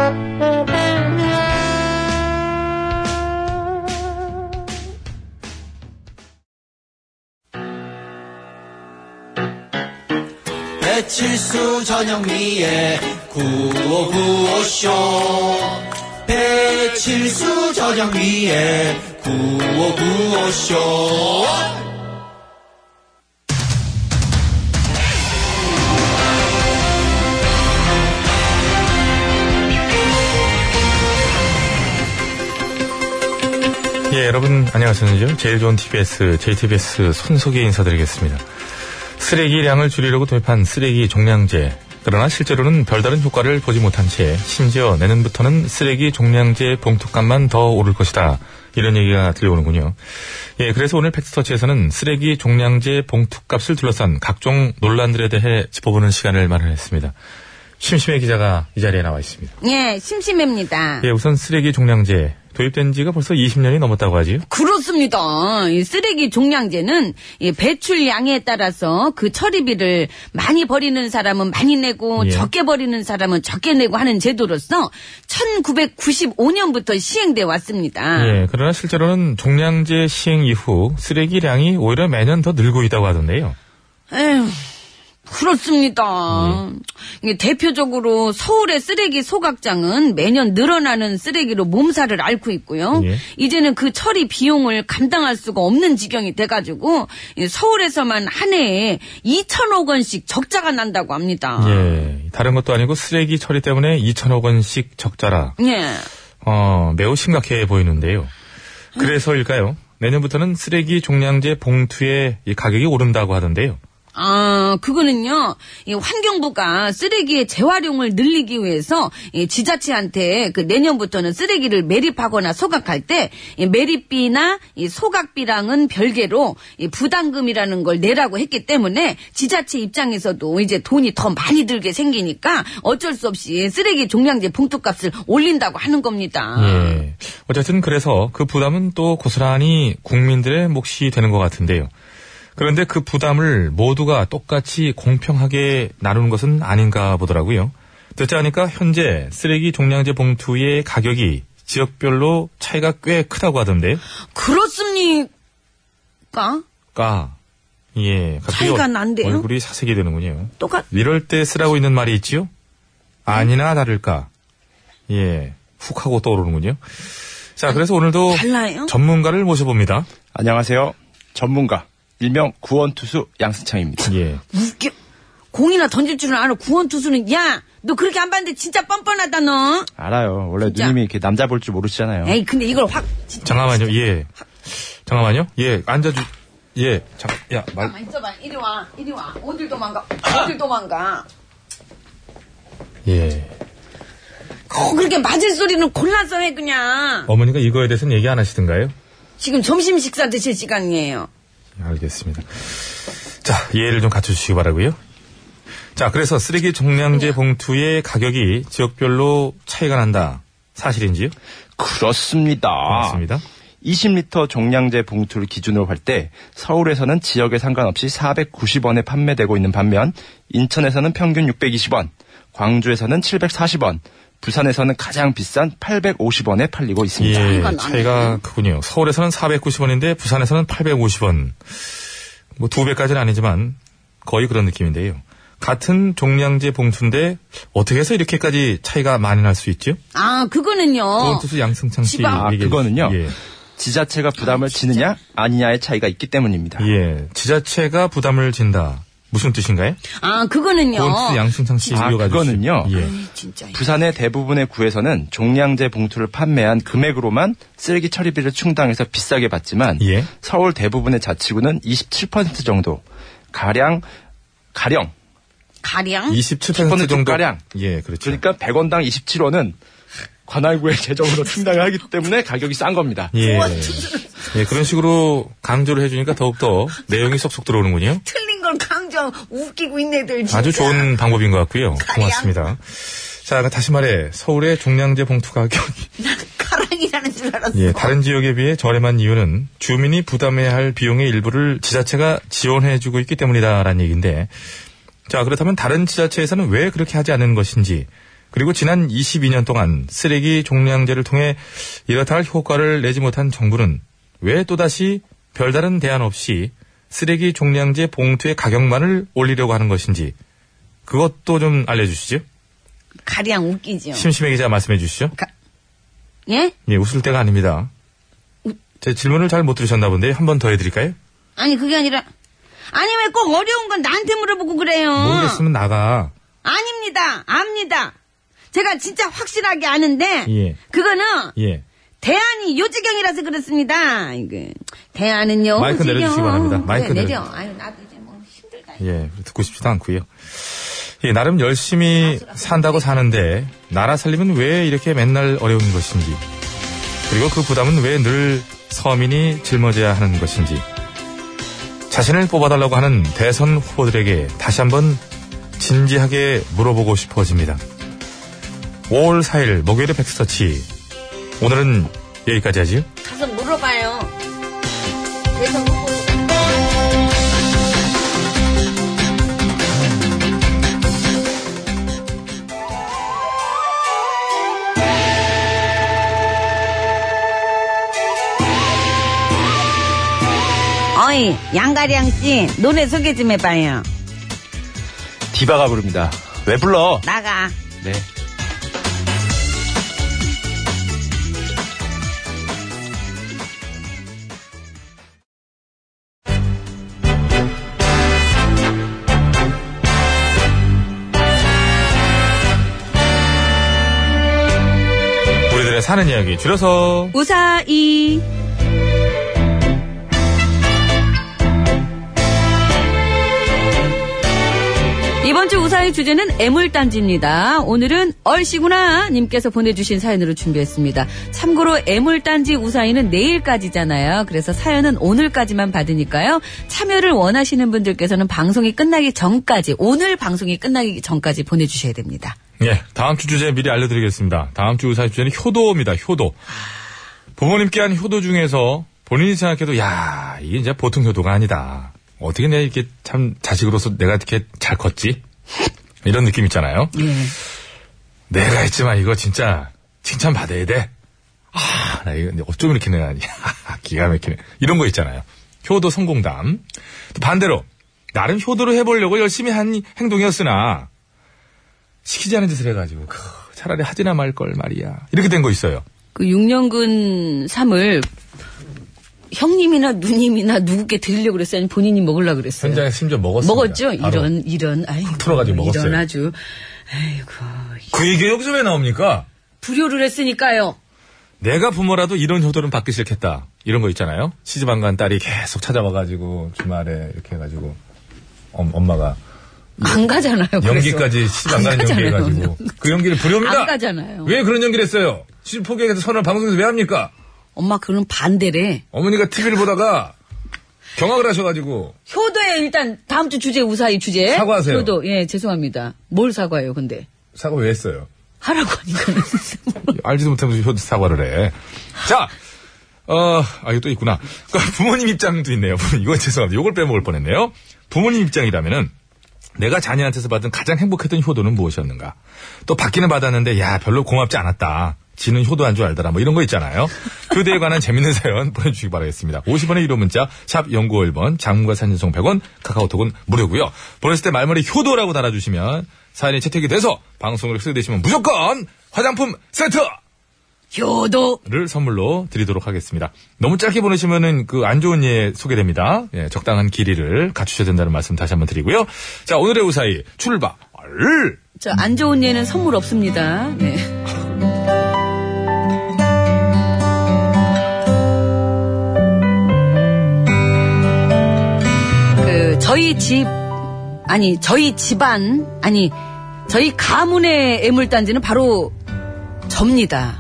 M: 배칠수 전영미의 구호구호쇼 배칠수 전영미의 구호구호쇼
A: 예, 여러분 안녕하십니까? 제일 좋은 TBS, JTBS 손소개 인사드리겠습니다. 쓰레기량을 줄이려고 도입한 쓰레기 종량제. 그러나 실제로는 별다른 효과를 보지 못한 채 심지어 내년부터는 쓰레기 종량제 봉투값만 더 오를 것이다. 이런 얘기가 들려오는군요. 예, 그래서 오늘 팩스터치에서는 쓰레기 종량제 봉투값을 둘러싼 각종 논란들에 대해 짚어보는 시간을 마련했습니다. 심심해 기자가 이 자리에 나와 있습니다.
O: 예, 심심합니다.
A: 예, 우선 쓰레기 종량제 도입된 지가 벌써 20년이 넘었다고 하지요.
K: 그렇습니다. 이 쓰레기 종량제는 이 배출량에 따라서 그 처리비를 많이 버리는 사람은 많이 내고
A: 예.
K: 적게 버리는 사람은 적게 내고 하는 제도로서 1995년부터 시행돼 왔습니다.
A: 예, 그러나 실제로는 종량제 시행 이후 쓰레기량이 오히려 매년 더 늘고 있다고 하던데요.
K: 에휴, 그렇습니다. 이게 대표적으로 서울의 쓰레기 소각장은 매년 늘어나는 쓰레기로 몸살을 앓고 있고요.
P: 예.
K: 이제는 그 처리 비용을 감당할 수가 없는 지경이 돼가지고 이 서울에서만 한 해에 2천억 원씩 적자가 난다고 합니다.
A: 예, 다른 것도 아니고 쓰레기 처리 때문에 2천억 원씩 적자라.
K: 예.
A: 어, 매우 심각해 보이는데요. 그래서일까요? 내년부터는 쓰레기 종량제 봉투의 이 가격이 오른다고 하던데요.
K: 아, 그거는요, 이 환경부가 쓰레기의 재활용을 늘리기 위해서 이 지자체한테 그 내년부터는 쓰레기를 매립하거나 소각할 때이 매립비나 이 소각비랑은 별개로 이 부담금이라는 걸 내라고 했기 때문에 지자체 입장에서도 이제 돈이 더 많이 들게 생기니까 어쩔 수 없이 쓰레기 종량제 봉투값을 올린다고 하는 겁니다.
A: 예. 어쨌든 그래서 그 부담은 또 고스란히 국민들의 몫이 되는 것 같은데요. 그런데 그 부담을 모두가 똑같이 공평하게 나누는 것은 아닌가 보더라고요. 듣자 하니까 현재 쓰레기 종량제 봉투의 가격이 지역별로 차이가 꽤 크다고 하던데요.
K: 그렇습니까?
A: 까. 예. 갑자기
K: 차이가
A: 얼-
K: 난대요?
A: 얼굴이 사색이 되는군요.
K: 똑같,
A: 이럴 때 쓰라고 있는 말이 있지요? 아니나 다를까. 예. 훅 하고 떠오르는군요. 자, 그래서 오늘도
K: 달라요?
A: 전문가를 모셔봅니다.
N: 안녕하세요. 전문가 일명 구원투수 양승창입니다.
A: 예.
K: 웃겨. 공이나 던질 줄은 알아. 구원투수는, 야! 너 그렇게 안 봤는데 진짜 뻔뻔하다, 너!
N: 알아요. 원래
K: 진짜.
N: 누님이 이렇게 남자 볼 줄 모르시잖아요.
K: 에이, 근데 이걸 확.
A: 잠깐만요. 예. 잠깐만요. 예. 앉아주. 예. 잠. 야 말.
K: 가만 아, 있어봐. 이리 와. 이리 와. 어딜 도망가. 어딜 도망가.
A: 예.
K: 거 그렇게 맞을 소리는 골라서 해, 그냥.
A: 어머니가 이거에 대해서는 얘기 안 하시던가요?
K: 지금 점심 식사 드실 시간이에요.
A: 알겠습니다. 자, 이해를 좀 갖춰주시기 바라고요. 자, 그래서 쓰레기 종량제 봉투의 가격이 지역별로 차이가 난다. 사실인지요?
N: 그렇습니다.
A: 맞습니다.
N: 20리터 종량제 봉투를 기준으로 할 때 서울에서는 지역에 상관없이 490원에 판매되고 있는 반면 인천에서는 평균 620원, 광주에서는 740원, 부산에서는 가장 비싼 850원에 팔리고
A: 예,
N: 있습니다.
A: 차이가, 크군요. 서울에서는 490원인데 부산에서는 850원. 뭐 두 배까지는 아니지만 거의 그런 느낌인데요. 같은 종량제 봉투인데 어떻게 해서 이렇게까지 차이가 많이 날 수 있죠?
K: 아, 그거는요.
A: 원투수 양승창 씨
K: 지방- 아,
A: 얘기해
N: 어, 그거는요?
A: 주세요.
N: 지자체가 부담을 지느냐 아니냐의 차이가 있기 때문입니다.
A: 예. 예, 지자체가 부담을 진다. 무슨 뜻인가요?
B: 아, 그거는요.
A: 권투 양승창 씨
N: 아,
A: 이어가 주시죠.
N: 그거는요. 음.
A: 예.
N: 부산의 대부분의 구에서는 종량제 봉투를 판매한 금액으로만 쓰레기 처리비를 충당해서 비싸게 받지만 서울 대부분의 자치구는 27% 정도 가량 가령
B: 가량?
N: 27% 정도 가량.
A: 예, 그렇죠.
N: 그러니까 100원당 27원은 관할구의 재정으로 충당을 하기 때문에 가격이 싼 겁니다.
A: 예. 예, 그런 식으로 강조를 해주니까 더욱더 내용이 쏙쏙 들어오는군요.
K: 틀린 걸 강정 웃기고 있네들 진짜.
A: 아주 좋은 방법인 것 같고요. 고맙습니다. 자, 다시 말해 서울의 종량제 봉투 가격이
K: 가랑이라는 줄 알았어.
A: 예, 다른 지역에 비해 저렴한 이유는 주민이 부담해야 할 비용의 일부를 지자체가 지원해주고 있기 때문이다라는 얘기인데, 자, 그렇다면 다른 지자체에서는 왜 그렇게 하지 않은 것인지, 그리고 지난 22년 동안 쓰레기 종량제를 통해 이렇다 할 효과를 내지 못한 정부는 왜 또다시 별다른 대안 없이 쓰레기 종량제 봉투의 가격만을 올리려고 하는 것인지, 그것도 좀 알려주시죠.
B: 가량 웃기죠.
A: 심심해 기자 말씀해 주시죠.
B: 예?
A: 예, 웃을 때가 아닙니다. 제 질문을 잘 못 들으셨나 본데 한 번 더 해드릴까요?
B: 아니, 그게 아니라. 아니, 왜 꼭 어려운 건 나한테 물어보고 그래요?
A: 모르겠으면 나가.
B: 아닙니다. 압니다. 제가 진짜 확실하게 아는데.
A: 예.
B: 그거는
A: 예.
B: 대안이 요지경이라서 그렇습니다. 이게 대안은요.
A: 마이크
B: 요지경.
A: 내려주시기 바랍니다. 마이크
B: 그래,
A: 내려-
B: 내려. 아유, 나도 이제 뭐.
A: 예, 듣고 싶지도 않고요. 예, 나름 열심히 산다고 사는데 나라 살림은 왜 이렇게 맨날 어려운 것인지 그리고 그 부담은 왜 늘 서민이 짊어져야 하는 것인지 자신을 뽑아달라고 하는 대선 후보들에게 다시 한번 진지하게 물어보고 싶어집니다. 5월 4일 목요일의 백스터치 오늘은 여기까지 하지요.
B: 가서 물어봐요. 그래서 후보. 어이, 양가량 씨, 노래 소개 좀 해봐요.
N: 디바가 부릅니다. 왜 불러?
B: 나가.
N: 네.
A: 우리들의 사는 이야기 줄여서
B: 우사이. 이번 주 우사의 주제는 애물단지입니다. 오늘은 얼씨구나 님께서 보내주신 사연으로 준비했습니다. 참고로 애물단지 우사이는 내일까지잖아요. 그래서 사연은 오늘까지만 받으니까요. 참여를 원하시는 분들께서는 방송이 끝나기 전까지 오늘 방송이 끝나기 전까지 보내주셔야 됩니다.
A: 예, 다음 주 주제 미리 알려드리겠습니다. 다음 주 의사 주제는 효도입니다. 효도. 부모님께 한 효도 중에서 본인이 생각해도 야 이게 이제 보통 효도가 아니다. 어떻게 내가 이렇게 참 자식으로서 내가 이렇게 잘 컸지? 이런 느낌 있잖아요. 내가 했지만 이거 진짜 칭찬 받아야 돼. 아, 나 이거 어쩜 이렇게 내가 기가 막히네. 이런 거 있잖아요. 효도 성공담. 또 반대로 나름 효도를 해보려고 열심히 한 행동이었으나 시키지 않은 짓을 해가지고 크, 차라리 하지나 말 걸 말이야 이렇게 된 거 있어요.
B: 그 6년근 삶을 형님이나 누님이나 누구께 드리려고 그랬어요? 아니 본인이 먹으려고 그랬어요?
A: 현장에 심지어 먹었습니다.
B: 네. 먹었죠?
A: 바로.
B: 이런, 이런, 아이고.
A: 풀어가지고 먹었어요.
B: 이런 아주.
A: 그 얘기 여기서 왜 나옵니까?
B: 불효를 했으니까요.
A: 내가 부모라도 이런 효도는 받기 싫겠다 이런 거 있잖아요. 시집 안 간 딸이 계속 찾아와가지고 주말에 이렇게 해가지고 엄, 엄마가
B: 안 가잖아요. 그래서.
A: 연기까지 시집 안
B: 안
A: 가는 연기
B: 가잖아요.
A: 해가지고 그 연기를 부려입니다.
B: 안 가잖아요.
A: 왜 그런 연기를 했어요? 시집 포기해서 선을 방송에서 왜 합니까?
B: 엄마 그런 반대래.
A: 어머니가 TV를 보다가 경악을 하셔가지고
B: 효도에 일단 다음 주 주제 우사히 주제.
A: 사과하세요.
B: 효도. 예, 죄송합니다. 뭘 사과해요, 근데.
A: 사과 왜 했어요?
B: 하라고 하니까.
A: 알지도 못하면서 효도 사과를 해. 자, 어, 아, 이거 또 있구나. 그러니까 부모님 입장도 있네요. 이건 죄송합니다. 이걸 빼먹을 뻔했네요. 부모님 입장이라면은 내가 자녀한테서 받은 가장 행복했던 효도는 무엇이었는가? 또 받기는 받았는데, 야, 별로 고맙지 않았다. 지는 효도한 줄 알더라. 뭐 이런 거 있잖아요. 효도에 관한 재밌는 사연 보내주시기 바라겠습니다. 50원의 1호 문자, 샵 0951번, 장문과 산진송 100원, 카카오톡은 무료고요 보냈을 때 말머리 효도라고 달아주시면 사연이 채택이 돼서 방송으로 소개되시면 무조건 화장품 세트!
Q: 효도.
B: 를 선물로 드리도록 하겠습니다. 너무 짧게 보내시면은 그 안 좋은 예 소개됩니다. 예, 적당한 길이를 갖추셔야 된다는 말씀 다시 한번 드리고요. 자, 오늘의 우사히 출발!
K: 자, 안 좋은 예는 선물 없습니다. 네. 그 저희 집 아니 저희 집안 아니 저희 가문의 애물단지는 바로 접니다.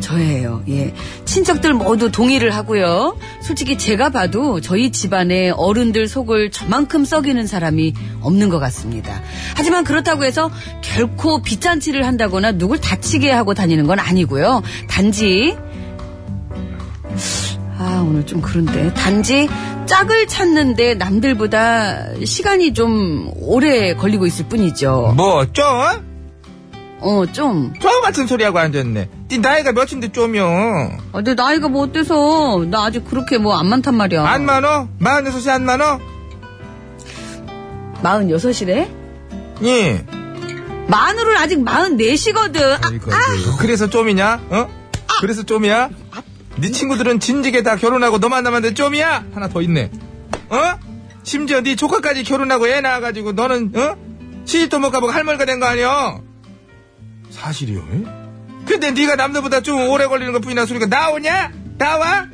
K: 저예요. 예. 친척들 모두 동의를 하고요. 솔직히 제가 봐도 저희 집안에 어른들 속을 저만큼 썩이는 사람이 없는 것 같습니다. 하지만 그렇다고 해서 결코 빚잔치를 한다거나 누굴 다치게 하고 다니는 건 아니고요. 단지 아, 오늘 좀 그런데. 단지 짝을 찾는데 남들보다 시간이 좀 오래 걸리고 있을 뿐이죠.
A: 뭐, 좀?
K: 어, 좀.
A: 좀 같은 소리하고 앉았네. 네 나이가 몇인데 좀요.
K: 아, 내 나이가 뭐 어때서. 나 아직 그렇게 뭐 안 많단 말이야.
B: 아,
A: 안 많어? 마흔여섯이 안 많어?
K: 46이래?
A: 예.
K: 만으로는 아직 44시거든. 아,
A: 그래서 좀이냐? 어? 그래서 좀이야?
K: 아!
A: 네 친구들은 진지게 다 결혼하고 너만 남았는데 좀이야? 하나 더 있네. 어? 심지어 네 조카까지 결혼하고 애 낳아가지고 너는 어? 시집도 못 가보고 할머니가 된 거 아니여?
B: 사실이요?
A: 근데 네가 남들보다 좀 오래 걸리는 것 뿐이나 소리가 나오냐? 나와?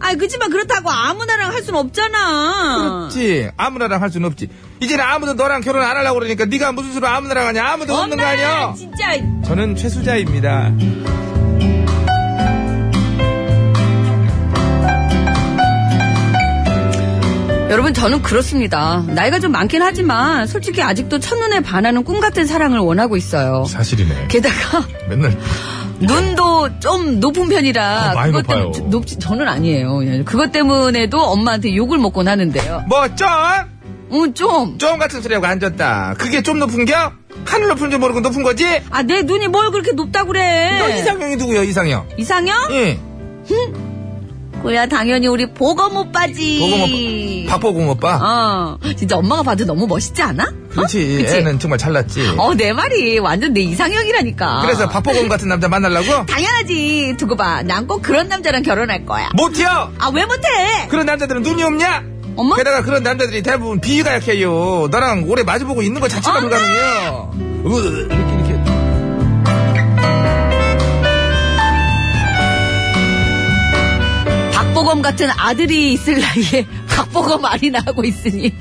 K: 아, 그치만 그렇다고 아무나랑 할 순 없잖아.
A: 없지. 아무나랑 할 순 없지. 이제는 아무도 너랑 결혼 안 하려고 그러니까 네가 무슨 수로 아무나랑 하냐? 아무도 없는 거 아니야?
K: 진짜.
A: 저는 최수자입니다.
K: 여러분, 저는 그렇습니다. 나이가 좀 많긴 하지만, 솔직히 아직도 첫눈에 반하는 꿈 같은 사랑을 원하고 있어요.
B: 사실이네.
K: 게다가,
B: 맨날
K: 눈도 좀 높은 편이라,
B: 어, 많이
K: 그것 때문에,
B: 높아요.
K: 저- 높지, 저는 아니에요. 그냥 그것 때문에도 엄마한테 욕을 먹곤 하는데요.
A: 뭐 좀?
K: 응, 좀.
A: 좀 같은 소리하고 앉았다. 그게 좀 높은겨? 하늘 높은 줄 모르고 높은 거지?
K: 아, 내 눈이 뭘 그렇게 높다 그래.
A: 너 이상형이 누구야 이상형?
K: 이상형?
A: 예.
K: 그야 당연히 우리 보검 오빠지.
A: 보검 오빠. 박보공 오빠.
K: 어, 진짜 엄마가 봐도 너무 멋있지 않아?
A: 그렇지.
K: 그치?
A: 애는 정말 잘났지.
K: 어, 내 말이 완전 내 이상형이라니까.
A: 그래서 박보공 같은 남자 만나려고?
K: 당연하지. 두고 봐. 난 꼭 그런 남자랑 결혼할 거야.
A: 못해요.
K: 아, 왜 못해?
A: 그런 남자들은 눈이 없냐?
K: 엄마?
A: 게다가 그런 남자들이 대부분 비위가 약해요. 너랑 오래 마주보고 있는 것 자체가
K: 엄마!
A: 불가능해요. 으, 이렇게 이렇게.
K: 박보검 같은 아들이 있을 나이에 박보검 알이 나고 있으니.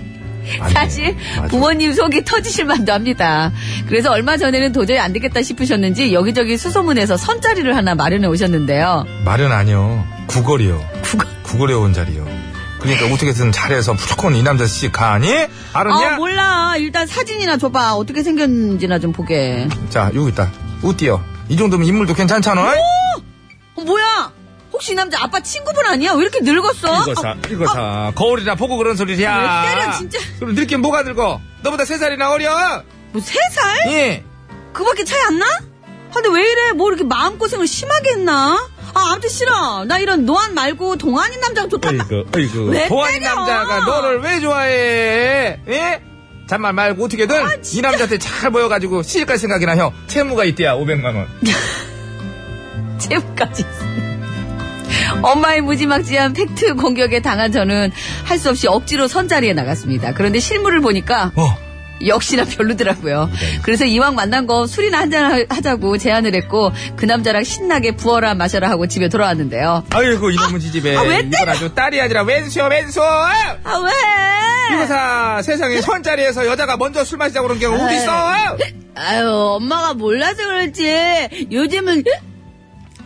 K: 사실 부모님 속이 터지실 만도 합니다. 그래서 얼마 전에는 도저히 안 되겠다 싶으셨는지 여기저기 수소문해서 선자리를 하나 마련해 오셨는데요.
B: 말은 아니요. 구걸이요. 구걸. 에온 자리요. 그러니까 어떻게든 잘해서 무조건 이 남자 씨 가니? 알았냐?
K: 아, 몰라. 일단 사진이나 줘봐. 어떻게 생겼는지나 좀 보게.
A: 자, 여기 있다. 우띠요. 이 정도면 인물도 괜찮잖아.
K: 어, 뭐야? 혹시 이 남자 아빠 친구분 아니야? 왜 이렇게 늙었어?
A: 이거 사,
K: 아,
A: 이거 사. 거울이나 보고 그런 소리야.
K: 왜 때려, 진짜.
A: 그럼 늙긴 뭐가 늙어? 너보다 세 살이나 어려.
K: 뭐, 세 살?
A: 예.
K: 그밖에 차이 안 나? 아, 근데 왜 이래? 뭐 이렇게 마음고생을 심하게 했나? 아, 아무튼 싫어. 나 이런 노안 말고 동안인 남자가 좋다.
A: 그러니까.
B: 이거, 이거.
K: 왜
A: 그 보안인
K: 때려?
A: 남자가 너를 왜 좋아해? 예? 잔말 말고 어떻게든
K: 아,
A: 이 남자한테 잘 보여가지고 시집갈 생각이나 형. 채무가 있대야 500만 원.
K: 제부까지 엄마의 무지막지한 팩트 공격에 당한 저는 할 수 없이 억지로 선자리에 나갔습니다. 그런데 실물을 보니까
A: 뭐?
K: 역시나 별로더라고요. 그래서 이왕 만난 거 술이나 한잔 하자고 제안을 했고 그 남자랑 신나게 부어라 마셔라 하고 집에 돌아왔는데요.
A: 아이고 이놈의 지집애.
K: 아, 왜
A: 이건 아주 딸이 아니라 왼수야 왼수.
K: 아 왜?
A: 이거사 세상에 손자리에서 여자가 먼저 술 마시자고 그런
K: 아.
A: 경우 어디 있어?
K: 아유 엄마가 몰라서 그렇지. 요즘은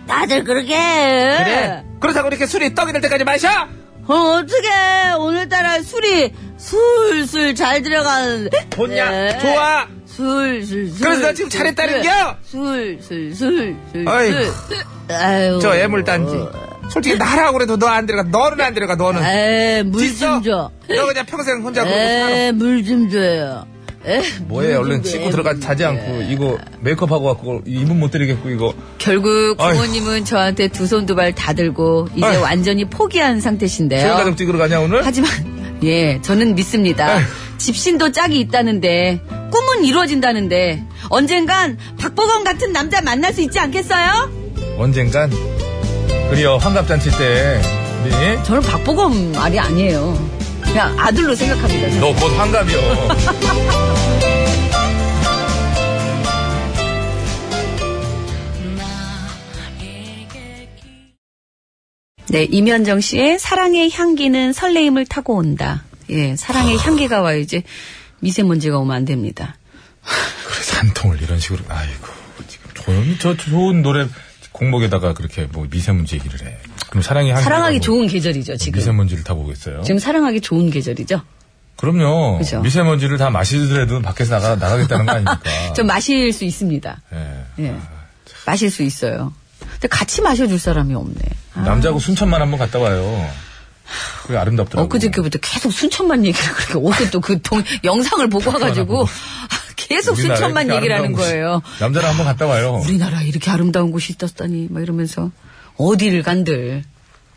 K: 다들 그렇게 해.
A: 네. 그래. 그렇다고 이렇게 술이 떡이 될 때까지 마셔?
K: 어, 어떡해. 오늘따라 술이 술술 잘 들어가는. 네.
A: 좋냐? 좋아.
K: 술술 술.
A: 그래서 나 지금 잘했다는겨?
K: 술술 술. 술,
A: 아이고.
K: 술. 아유.
A: 저 애물단지.
K: 어.
A: 솔직히 나라고 그래도 너 안 들어가. 너는 안 들어가. 너는.
K: 아. 에, 물
A: 있어?
K: 좀 줘.
A: 너 그냥 평생 혼자 그러고 살아.
K: 에, 물 좀 줘요. 에,
B: 뭐해,
K: 물 좀
B: 얼른
K: 줘,
B: 씻고
K: 에,
B: 들어가
K: 물
B: 자지
K: 좀
B: 않고,
K: 줘.
B: 이거 메이크업하고 왔고, 이분 못 드리겠고, 이거.
K: 결국 부모님은 저한테 두 손 두 발 다 들고 이제
B: 아휴.
K: 완전히 포기한 상태신데요.
B: 새우가족 찍으러 가냐, 오늘?
K: 하지만 예 저는 믿습니다 집신도 짝이 있다는데 꿈은 이루어진다는데 언젠간 박보검 같은 남자 만날 수 있지 않겠어요?
N: 언젠간 그리어 환갑잔치 때 우리
B: 저는 박보검 알이 아니에요. 그냥 아들로 생각합니다. 저는.
N: 너 곧 환갑이요.
A: 네, 임현정 씨의 사랑의 향기는 설레임을 타고 온다. 예, 사랑의 향기가 와야지 미세먼지가 오면 안 됩니다.
N: 그래서 한 통을 이런 식으로 아이고 지금 조용히 저 좋은 노래 공목에다가 그렇게 뭐 미세먼지 얘기를 해. 그럼 사랑이 한
B: 사랑하기
N: 개가 뭐
B: 좋은 계절이죠, 지금.
N: 미세먼지를 타고 오겠어요.
B: 지금 사랑하기 좋은 계절이죠.
N: 그럼요.
B: 그죠.
N: 미세먼지를 다 마시더라도 밖에서 나가 나가겠다는 거 아닙니까?
B: 좀 마실 수 있습니다.
N: 예.
B: 예. 마실 수 있어요. 근데 같이 마셔줄 사람이 없네.
N: 남자하고 순천만 한번 갔다 와요. 그게 아름답더라고.
B: 아. 어, 엊그저께부터 계속 순천만 얘기를 그렇게 오고 또 그 영상을 보고 와가지고 계속
N: 우리나라에
B: 순천만
N: 이렇게
B: 얘기를 하는
N: 아름다운
B: 거예요.
N: 곳이- 남자랑 한번 갔다 와요.
B: 우리나라 이렇게 아름다운 곳이 있었다니 막 이러면서 어디를 간들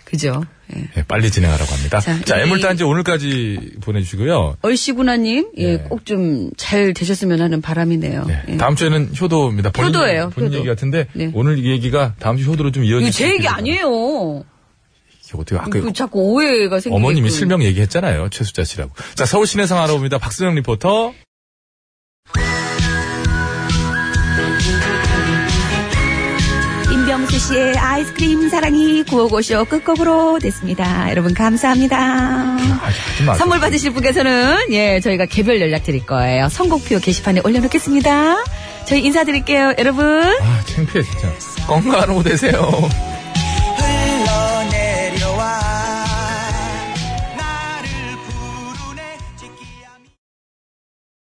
B: 그죠? 예.
N: 예, 빨리 진행하라고 합니다.
B: 자,
N: 자,
B: 이-
N: 애물단지 오늘까지 보내주시고요.
B: 얼씨구나님 예, 꼭 좀 잘 되셨으면 하는 바람이네요. 예.
N: 네. 다음 주에는 효도입니다. 본,
B: 효도예요,
N: 본
B: 효도.
N: 얘기 같은데
B: 네.
N: 오늘 이 얘기가 다음 주 효도로 좀 이어지죠.
B: 이거 제 얘기 아니에요.
N: 예, 어떻게 아까
B: 그 자꾸 오해가 그 생기고
N: 어머님이 실명 얘기했잖아요. 최수자 씨라고. 자, 서울 시내 상황 알아봅니다. 박수영 리포터.
R: 임병수 씨의 아이스크림 사랑이 구호고쇼 끝곡으로 됐습니다. 여러분 감사합니다.
B: 선물 받으실 분께서는 예 저희가 개별 연락 드릴 거예요. 선곡표 게시판에 올려놓겠습니다. 저희 인사드릴게요, 여러분.
N: 아, 창피해 진짜. 건강하고 되세요.